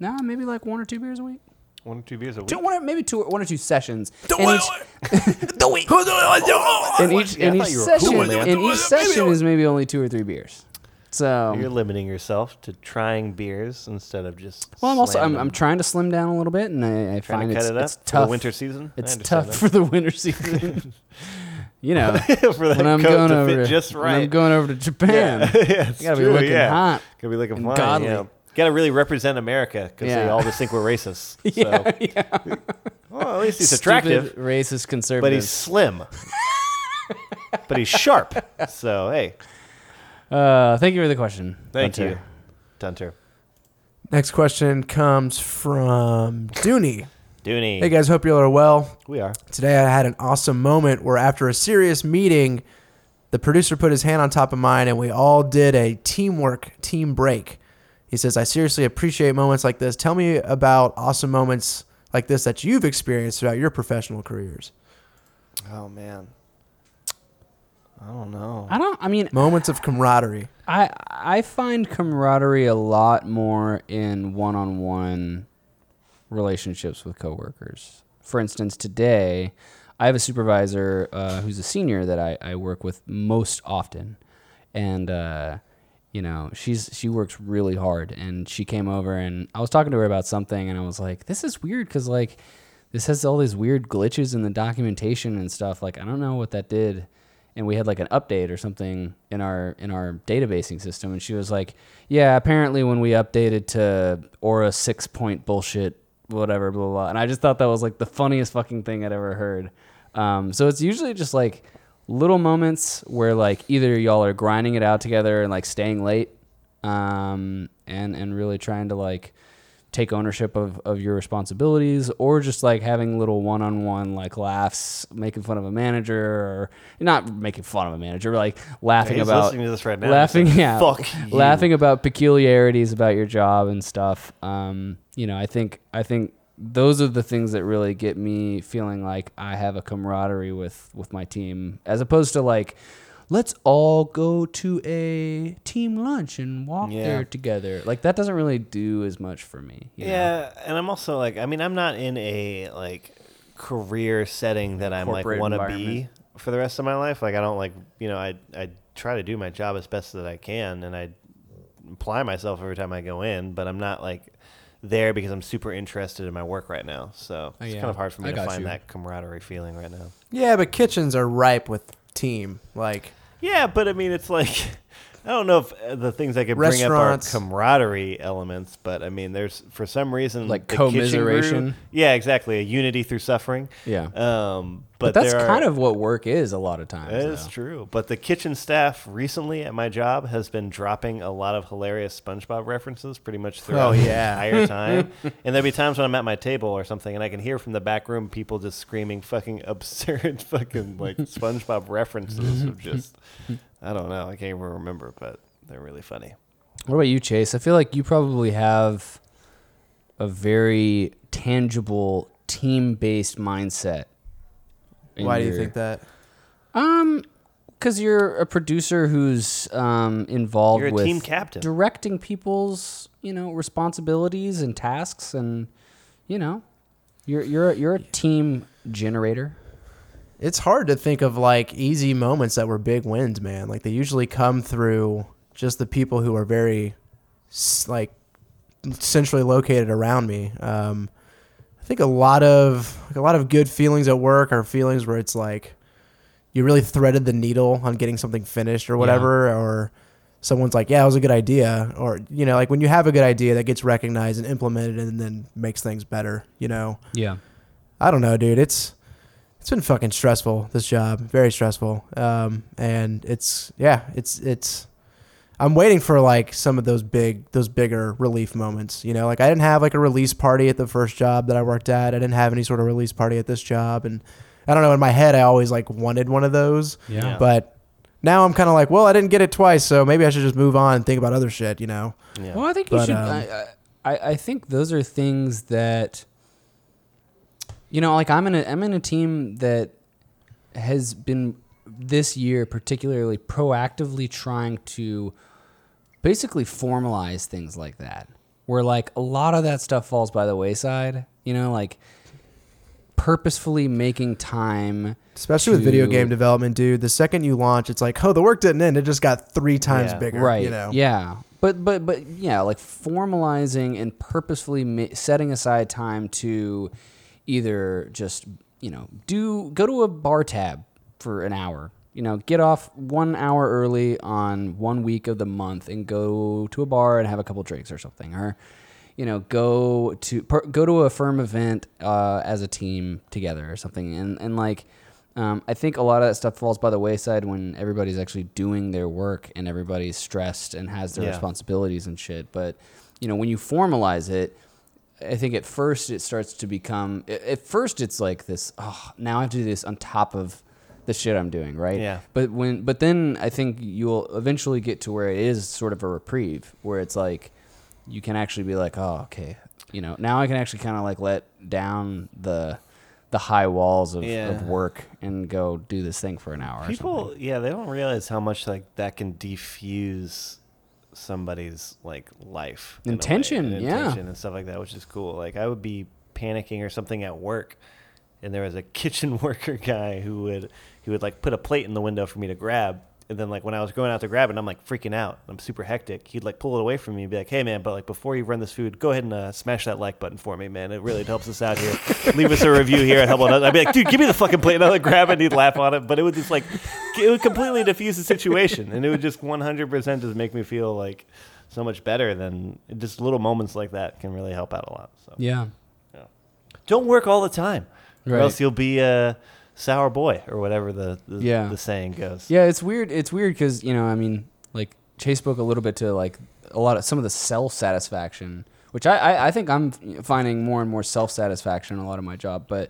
[SPEAKER 5] Nah, maybe like one or two beers a week.
[SPEAKER 4] One or two beers a week.
[SPEAKER 5] Two, one or, maybe two, one or two sessions. And each-
[SPEAKER 6] Who's
[SPEAKER 5] in each,
[SPEAKER 4] Yeah, I
[SPEAKER 5] in
[SPEAKER 4] thought
[SPEAKER 5] each
[SPEAKER 4] you were
[SPEAKER 5] session,
[SPEAKER 4] cool, man.
[SPEAKER 5] in each session is maybe only two or three beers. So
[SPEAKER 4] You're limiting yourself to trying beers instead of just.
[SPEAKER 5] well, I'm also I'm,
[SPEAKER 4] slamming
[SPEAKER 5] I'm
[SPEAKER 4] them.
[SPEAKER 5] trying to slim down a little bit, and I, I
[SPEAKER 4] Trying
[SPEAKER 5] find
[SPEAKER 4] to
[SPEAKER 5] it's,
[SPEAKER 4] cut it up
[SPEAKER 5] it's
[SPEAKER 4] for
[SPEAKER 5] tough.
[SPEAKER 4] the winter season. I
[SPEAKER 5] It's
[SPEAKER 4] understand
[SPEAKER 5] tough for the winter season. you know,
[SPEAKER 4] that. for that
[SPEAKER 5] when I'm
[SPEAKER 4] coat
[SPEAKER 5] going
[SPEAKER 4] to
[SPEAKER 5] over
[SPEAKER 4] fit just
[SPEAKER 5] when
[SPEAKER 4] right.
[SPEAKER 5] I'm going over to Japan.
[SPEAKER 4] yeah, yeah, it's
[SPEAKER 5] You gotta be
[SPEAKER 4] true,
[SPEAKER 5] looking
[SPEAKER 4] yeah.
[SPEAKER 5] hot.
[SPEAKER 4] Gotta be looking
[SPEAKER 5] and
[SPEAKER 4] fine.
[SPEAKER 5] godly.
[SPEAKER 4] Yeah. Gotta really represent America because they
[SPEAKER 5] Yeah.
[SPEAKER 4] all just think we're racist. So.
[SPEAKER 5] Yeah,
[SPEAKER 4] Well, at least he's attractive,
[SPEAKER 5] Stupid, racist conservative.
[SPEAKER 4] but he's slim. but he's sharp. So hey,
[SPEAKER 5] Uh, thank you for the question.
[SPEAKER 4] thank
[SPEAKER 5] Hunter.
[SPEAKER 4] you, Dunter.
[SPEAKER 3] Next question comes from Dooney.
[SPEAKER 4] Dooney.
[SPEAKER 3] Hey guys, hope you all are well.
[SPEAKER 4] We are.
[SPEAKER 3] Today I had an awesome moment where after a serious meeting, the producer put his hand on top of mine and we all did a teamwork team break. He says, I seriously appreciate moments like this. Tell me about awesome moments like this that you've experienced throughout your professional careers.
[SPEAKER 4] Oh man. I don't know.
[SPEAKER 5] I don't. I mean,
[SPEAKER 3] Moments of camaraderie.
[SPEAKER 5] I I find camaraderie a lot more in one-on-one relationships with coworkers. For instance, today I have a supervisor uh, who's a senior that I, I work with most often, and uh, you know she's she works really hard. And she came over and I was talking to her about something, and I was like, "This is weird because like this has all these weird glitches in the documentation and stuff. Like I don't know what that did." and we had like an update or something in our in our databasing system and she was like yeah apparently when we updated to aura six point bullshit whatever blah blah, blah. and i just thought that was like the funniest fucking thing i'd ever heard um, so it's usually just like little moments where like either y'all are grinding it out together and like staying late um, and and really trying to like take ownership of, of your responsibilities or just like having little one-on-one like laughs making fun of a manager or not making fun of a manager but like laughing
[SPEAKER 4] He's
[SPEAKER 5] about
[SPEAKER 4] listening to this right now.
[SPEAKER 5] laughing
[SPEAKER 4] He's like,
[SPEAKER 5] yeah
[SPEAKER 4] "Fuck you."
[SPEAKER 5] laughing about peculiarities about your job and stuff um you know i think i think those are the things that really get me feeling like i have a camaraderie with with my team as opposed to like let's all go to a team lunch and walk
[SPEAKER 4] Yeah.
[SPEAKER 5] there together like that doesn't really do as much for me you know?
[SPEAKER 4] Yeah, and I'm also like, I mean, I'm not in a like career setting that I'm like
[SPEAKER 5] Corporate
[SPEAKER 4] want to be
[SPEAKER 5] environment.
[SPEAKER 4] for the rest of my life. Like, I don't like, you know, I I try to do my job as best that I can, and I apply myself every time I go in, but I'm not like there because I'm super interested in my work right now. So it's
[SPEAKER 5] Oh, yeah.
[SPEAKER 4] kind of hard for me
[SPEAKER 5] I
[SPEAKER 4] to
[SPEAKER 5] got
[SPEAKER 4] find
[SPEAKER 5] you.
[SPEAKER 4] that camaraderie feeling right now.
[SPEAKER 3] Yeah, but kitchens are ripe with team. Like,
[SPEAKER 4] Yeah, but I mean, it's like I don't know if uh, the things I could bring up are
[SPEAKER 3] Restaurants.
[SPEAKER 4] camaraderie elements, but I mean, there's for some reason
[SPEAKER 5] Like
[SPEAKER 4] the kitchen grew-
[SPEAKER 5] commiseration?
[SPEAKER 4] Yeah, exactly. A unity through suffering.
[SPEAKER 5] Yeah.
[SPEAKER 4] Um, but,
[SPEAKER 5] but that's
[SPEAKER 4] there are-
[SPEAKER 5] kind of what work is a lot of times
[SPEAKER 4] that is
[SPEAKER 5] though.
[SPEAKER 4] true. But the kitchen staff recently at my job has been dropping a lot of hilarious SpongeBob references pretty much throughout
[SPEAKER 3] Oh, yeah.
[SPEAKER 4] the entire time. and there'll be times when I'm at my table or something and I can hear from the back room people just screaming fucking absurd fucking like SpongeBob references of just I don't know, I can't even remember, but they're really funny.
[SPEAKER 5] What about you, Chase? I feel like you probably have a very tangible team-based mindset. in
[SPEAKER 3] why do you
[SPEAKER 5] your-
[SPEAKER 3] think that?
[SPEAKER 5] Um, because you're a producer who's um involved
[SPEAKER 4] You're a
[SPEAKER 5] with
[SPEAKER 4] team captain.
[SPEAKER 5] directing people's you know responsibilities and tasks, and you know, you're you're you're a team generator.
[SPEAKER 3] It's hard to think of like easy moments that were big wins, man. Like they usually come through just the people who are very s- like centrally located around me. Um, I think a lot of like, a lot of good feelings at work are feelings where it's like you really threaded the needle on getting something finished or whatever, or someone's like, "Yeah, it was a good idea," or you know, like when you have a good idea that gets recognized and implemented and then makes things better. You know,
[SPEAKER 5] Yeah.
[SPEAKER 3] I don't know, dude. It's it's been fucking stressful. This job, very stressful. Um, and it's yeah, it's it's. I'm waiting for like some of those big, those bigger relief moments. You know, like I didn't have like a release party at the first job that I worked at. I didn't have any sort of release party at this job, and I don't know. In my head, I always like wanted one of those.
[SPEAKER 5] Yeah.
[SPEAKER 3] But now I'm kind of like, well, I didn't get it twice, so maybe I should just move on and think about other shit, you know?
[SPEAKER 5] Well, I think you
[SPEAKER 3] But,
[SPEAKER 5] should.
[SPEAKER 3] um,
[SPEAKER 5] I, I I think those are things that you know, like I'm in a I'm in a team that has been this year particularly proactively trying to basically formalize things like that. Where like a lot of that stuff falls by the wayside, you know, like purposefully making time
[SPEAKER 3] Especially with video
[SPEAKER 5] to-
[SPEAKER 3] game development, dude. The second you launch, it's like, oh, the work didn't end. It just got three times
[SPEAKER 4] Yeah.
[SPEAKER 3] bigger.
[SPEAKER 5] right
[SPEAKER 3] You know?
[SPEAKER 5] yeah but but but yeah like formalizing and purposefully ma- setting aside time to either just you know do go to a bar tab for an hour you know get off one hour early on one week of the month and go to a bar and have a couple drinks or something or you know go to per, go to a firm event uh, as a team together or something and and like um, I think a lot of that stuff falls by the wayside when everybody's actually doing their work and everybody's stressed and has their
[SPEAKER 4] Yeah.
[SPEAKER 5] responsibilities and shit. But you know, when you formalize it, I think at first it starts to become. a- At first, it's like this. Oh, now I have to do this on top of the shit I'm doing, right?
[SPEAKER 4] Yeah.
[SPEAKER 5] But when, but then I think you'll eventually get to where it is sort of a reprieve, where it's like you can actually be like, oh, okay, you know, now I can actually kind of like let down the the high walls of,
[SPEAKER 4] Yeah.
[SPEAKER 5] of work and go do this thing for an hour. or
[SPEAKER 4] People,
[SPEAKER 5] something.
[SPEAKER 4] yeah, they don't realize how much like that can defuse somebody's like life, in a way,
[SPEAKER 5] Intention,
[SPEAKER 4] and
[SPEAKER 5] yeah.
[SPEAKER 4] intention and stuff like that, which is cool. Like I would be panicking or something at work, and there was a kitchen worker guy who would he would like put a plate in the window for me to grab. And then, like when I was going out to grab it, I'm like freaking out. I'm super hectic. He'd like pull it away from me and be like, "Hey, man, but like before you run this food, go ahead and uh, smash that like button for me, man. It really helps us out here. Leave us a review here at Hubble." I'd be like, "Dude, give me the fucking plate." And I'd like, grab it. and He'd laugh on it, but it would just like it would completely diffuse the situation, and it would just 100 percent just make me feel like so much better. Than just little moments like that can really help out a lot. So
[SPEAKER 5] yeah.
[SPEAKER 4] don't work all the time, or
[SPEAKER 5] Right.
[SPEAKER 4] else you'll be a sour boy or whatever the the,
[SPEAKER 5] Yeah.
[SPEAKER 4] the saying goes.
[SPEAKER 5] Yeah, it's weird. It's weird because you know, I mean, like Chase spoke a little bit to like a lot of some of the self satisfaction, which I, I I think I'm finding more and more self satisfaction in a lot of my job, but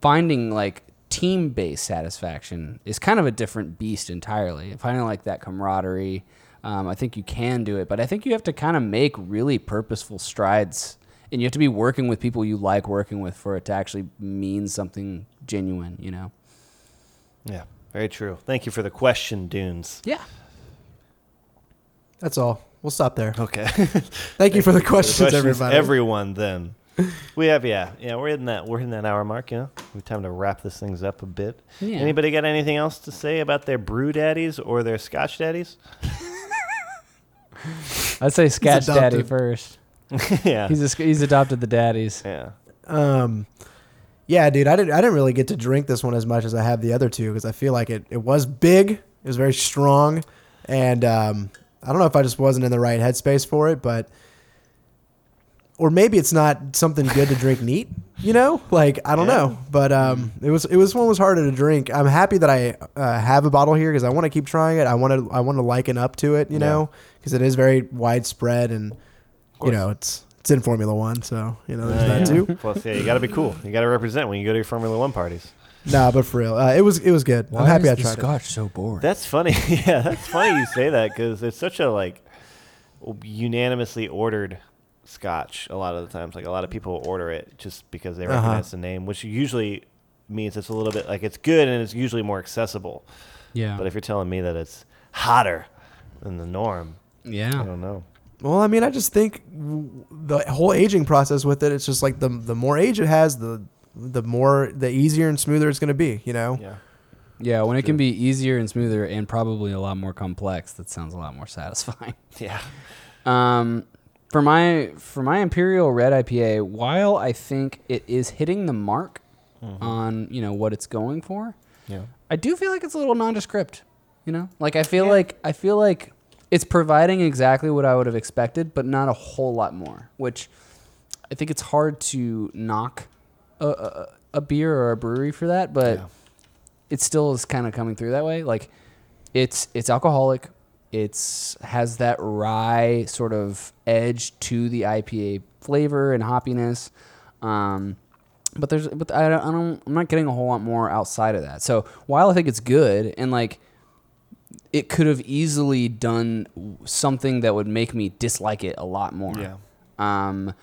[SPEAKER 5] finding like team based satisfaction is kind of a different beast entirely. Finding like that camaraderie, um, I think you can do it, but I think you have to kind of make really purposeful strides. And you have to be working with people you like working with for it to actually mean something genuine, you know?
[SPEAKER 4] Yeah, very true. Thank you for the question, Dunes.
[SPEAKER 5] Yeah.
[SPEAKER 3] That's all. We'll stop there.
[SPEAKER 4] Okay.
[SPEAKER 3] Thank you for the questions,
[SPEAKER 4] questions,
[SPEAKER 3] everybody.
[SPEAKER 4] Everyone, then. We have yeah yeah we're hitting that we're hitting that hour mark you know we have time to wrap this things up a bit.
[SPEAKER 5] Yeah.
[SPEAKER 4] Anybody got anything else to say about their brew daddies or their Scotch daddies?
[SPEAKER 5] I'd say Scotch Daddy
[SPEAKER 3] adopted.
[SPEAKER 5] first.
[SPEAKER 4] yeah
[SPEAKER 5] He's a, sc- he's adopted the daddies.
[SPEAKER 4] yeah
[SPEAKER 3] Um, yeah, dude, I didn't I didn't really get to drink this one as much as I have the other two because I feel like it it was big, it was very strong, and um, I don't know if I just wasn't in the right headspace for it, but or maybe it's not something good to drink neat, you know? Like I don't know, but um, it was it was one was harder to drink. I'm happy that I uh, have a bottle here because I want to keep trying it. I want to I want to liken up to it, you know, because it is very widespread and you know it's it's in Formula One, so you know there's
[SPEAKER 4] Uh,
[SPEAKER 3] that
[SPEAKER 4] yeah.
[SPEAKER 3] too.
[SPEAKER 4] Plus yeah you got to be cool you got to represent when you go to your Formula One parties.
[SPEAKER 3] Nah, but for real, uh, it was it was good. I'm happy I tried
[SPEAKER 5] Scotch so boring?
[SPEAKER 4] That's funny. yeah, that's funny you say that because it's such a like unanimously ordered scotch a lot of the times. Like a lot of people order it just because
[SPEAKER 5] Uh-huh.
[SPEAKER 4] they recognize the name, which usually means it's a little bit like it's good and it's usually more accessible.
[SPEAKER 5] yeah.
[SPEAKER 4] But if you're telling me that it's hotter than the norm, I
[SPEAKER 5] yeah.
[SPEAKER 4] don't know.
[SPEAKER 3] it. Well, I mean, I just think w- the whole aging process with it. It's just like the the more age it has, the the more the easier and smoother it's going to be. You know.
[SPEAKER 4] Yeah.
[SPEAKER 5] Yeah, when it can be easier and smoother and probably a lot more complex, that sounds a lot more satisfying.
[SPEAKER 4] Yeah.
[SPEAKER 5] Um, for my for my Imperial Red IPA, while I think it is hitting the mark
[SPEAKER 4] Mm-hmm.
[SPEAKER 5] on, you know, what it's going for,
[SPEAKER 4] Yeah.
[SPEAKER 5] I do feel like it's a little nondescript, you know? Like I feel like I feel like it's providing exactly what I would have expected, but not a whole lot more, which I think it's hard to knock a, a, a beer or a brewery for that, but it still is kind of coming through that way. Like it's it's alcoholic, it's has that rye sort of edge to the IPA flavor and hoppiness. Um, but there's but I don't, I don't I'm not getting a whole lot more outside of that. So while I think it's good and like it could have easily done w- something that would make me dislike it a lot more.
[SPEAKER 4] Yeah.
[SPEAKER 5] Um,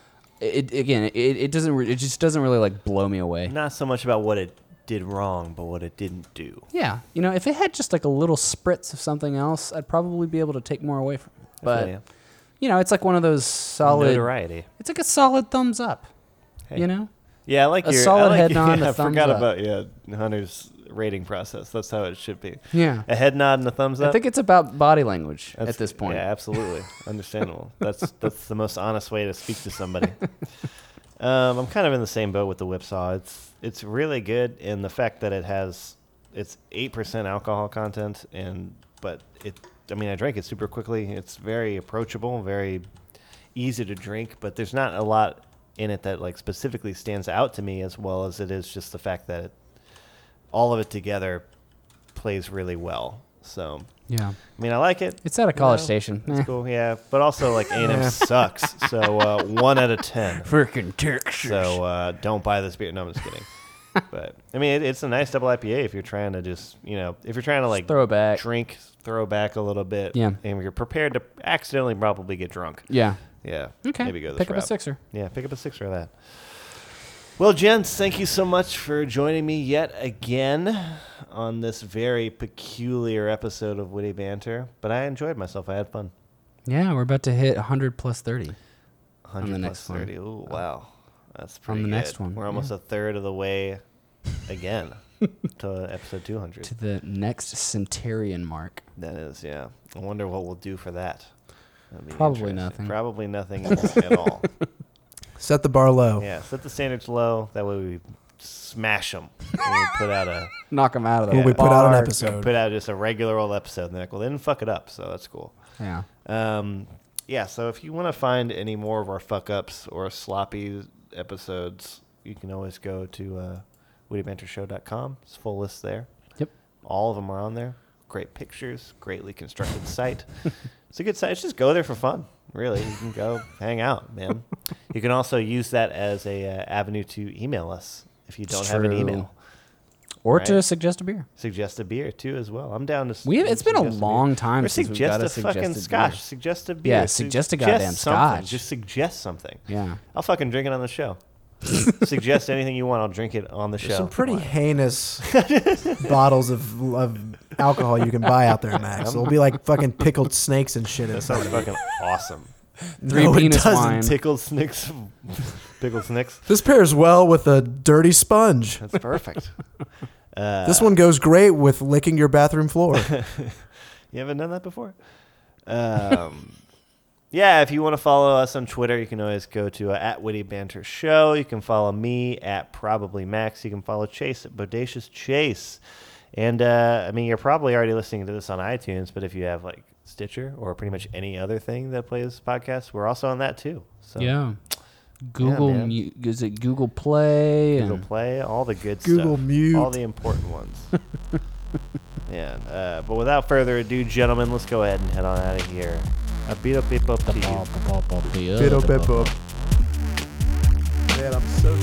[SPEAKER 5] it again, it, it doesn't. Re- it just doesn't really like blow me away.
[SPEAKER 4] Not so much about what it did wrong, but what it didn't do.
[SPEAKER 5] Yeah, you know, if it had just like a little spritz of something else, I'd probably be able to take more away from it. But
[SPEAKER 4] ya.
[SPEAKER 5] you know, it's like one of those solid.
[SPEAKER 4] Notoriety.
[SPEAKER 5] It's like a solid thumbs up.
[SPEAKER 4] Hey.
[SPEAKER 5] You know,
[SPEAKER 4] Yeah, I like
[SPEAKER 5] A
[SPEAKER 4] your I
[SPEAKER 5] solid
[SPEAKER 4] like-
[SPEAKER 5] head nod and a
[SPEAKER 4] I
[SPEAKER 5] thumbs
[SPEAKER 4] forgot
[SPEAKER 5] up.
[SPEAKER 4] about yeah Hunter's rating process. That's how it should be.
[SPEAKER 5] Yeah.
[SPEAKER 4] a head nod and a thumbs up.
[SPEAKER 5] I think it's about body language
[SPEAKER 4] That's-
[SPEAKER 5] at this point.
[SPEAKER 4] Yeah, absolutely understandable. that's that's the most honest way to speak to somebody. um, I'm kind of in the same boat with the whipsaw. It's it's really good in the fact that it has it's eight percent alcohol content, and but it I mean I drank it super quickly. It's very approachable, very easy to drink, but there's not a lot in it that like specifically stands out to me as well as it is just the fact that it, all of it together plays really well. So
[SPEAKER 5] Yeah.
[SPEAKER 4] I mean I like it.
[SPEAKER 5] It's at a college
[SPEAKER 4] No.
[SPEAKER 5] station.
[SPEAKER 4] It's
[SPEAKER 5] Eh.
[SPEAKER 4] cool, yeah. But also, like, A&M sucks. So, uh, one out of ten.
[SPEAKER 5] Freaking Texas.
[SPEAKER 4] So, uh, don't buy this beer. No, I'm just kidding. But, I mean, it, it's a nice double IPA if you're trying to just, you know, if you're trying to, like,
[SPEAKER 5] throw it back.
[SPEAKER 4] drink, throw back a little bit.
[SPEAKER 5] Yeah.
[SPEAKER 4] And you're prepared to accidentally probably get drunk.
[SPEAKER 5] yeah.
[SPEAKER 4] Yeah.
[SPEAKER 5] Okay.
[SPEAKER 4] Maybe go this
[SPEAKER 5] Pick up a
[SPEAKER 4] route.
[SPEAKER 5] sixer.
[SPEAKER 4] Yeah, pick up a sixer of that. Well, gents, thank you so much for joining me yet again on this very peculiar episode of Witty Banter. But I enjoyed myself. I had fun.
[SPEAKER 5] Yeah, we're about to hit 100 plus 30.
[SPEAKER 4] 100
[SPEAKER 5] the
[SPEAKER 4] plus
[SPEAKER 5] next one. Oh.
[SPEAKER 4] 30. Ooh, wow. That's pretty
[SPEAKER 5] the
[SPEAKER 4] good.
[SPEAKER 5] next one,
[SPEAKER 4] We're
[SPEAKER 5] yeah.
[SPEAKER 4] almost a third of the way again to episode 200.
[SPEAKER 5] To the next centurion mark.
[SPEAKER 4] That is, yeah. I wonder what we'll do for that. That'd be
[SPEAKER 5] Probably
[SPEAKER 4] interesting.
[SPEAKER 5] nothing.
[SPEAKER 4] Probably nothing at all.
[SPEAKER 3] Set the bar low.
[SPEAKER 4] Yeah, set the standards low. That way we smash them. we put out a
[SPEAKER 5] Knock them out of the
[SPEAKER 3] When we put out an
[SPEAKER 5] park.
[SPEAKER 3] episode.
[SPEAKER 4] put out just a regular old episode. And they're like, well, they didn't fuck it up, so that's cool.
[SPEAKER 5] Yeah.
[SPEAKER 4] Um, yeah, so if you want to find any more of our fuck ups or sloppy episodes, you can always go to uh, wittybantershow.com. It's a full list there.
[SPEAKER 5] Yep.
[SPEAKER 4] All of them are on there. Great pictures, greatly constructed site. it's a good site. Just go there for fun. Really, you can go hang out, man. You can also use that as a uh, avenue to email us if you
[SPEAKER 5] It's
[SPEAKER 4] don't have an
[SPEAKER 5] true.
[SPEAKER 4] email.
[SPEAKER 5] Or to
[SPEAKER 4] Right.
[SPEAKER 5] suggest a beer.
[SPEAKER 4] Suggest a beer too, as well. I'm down to. s-
[SPEAKER 5] We have- it's been a
[SPEAKER 4] suggest beer.
[SPEAKER 5] long time
[SPEAKER 4] Or
[SPEAKER 5] since we've
[SPEAKER 4] suggest
[SPEAKER 5] got a
[SPEAKER 4] a fucking
[SPEAKER 5] suggested
[SPEAKER 4] scotch.
[SPEAKER 5] beer.
[SPEAKER 4] Suggest a beer.
[SPEAKER 5] Yeah,
[SPEAKER 4] Su-
[SPEAKER 5] suggest a goddamn
[SPEAKER 4] something.
[SPEAKER 5] scotch.
[SPEAKER 4] Just suggest something.
[SPEAKER 5] Yeah.
[SPEAKER 4] I'll fucking drink it on the show. suggest anything you want. I'll drink it on the show.
[SPEAKER 3] Some pretty heinous bottles of, of alcohol you can buy out there, Max. It'll be like fucking pickled snakes and shit.
[SPEAKER 4] That
[SPEAKER 3] It's
[SPEAKER 4] sounds fucking awesome.
[SPEAKER 5] Three
[SPEAKER 3] no, it
[SPEAKER 5] penis
[SPEAKER 3] doesn't.
[SPEAKER 5] wine.
[SPEAKER 4] Pickled snicks. Pickled snicks.
[SPEAKER 3] This pairs well with a dirty sponge.
[SPEAKER 4] That's perfect. Uh,
[SPEAKER 3] this one goes great with licking your bathroom floor.
[SPEAKER 4] You haven't done that before? Um, yeah, if you want to follow us on Twitter, you can always go to uh, at Witty Banter Show. You can follow me at Probably Max. You can follow Chase at Bodacious Chase. And uh, I mean, you're probably already listening to this on iTunes, but if you have like Stitcher or pretty much any other thing that plays podcasts, we're also on that too. So
[SPEAKER 5] Yeah. Google
[SPEAKER 4] man.
[SPEAKER 5] Mu- is it Google Play?
[SPEAKER 4] Google
[SPEAKER 5] and-
[SPEAKER 4] Play, all the good
[SPEAKER 3] Google
[SPEAKER 4] stuff,
[SPEAKER 3] Mute.
[SPEAKER 4] all the important ones. yeah, uh, but without further ado, gentlemen, let's go ahead and head on out of here. A beat up, beat up to you.
[SPEAKER 5] Bop, bop, bop, bop, bop.
[SPEAKER 3] Fiddle bip bop. Man, I'm so tired.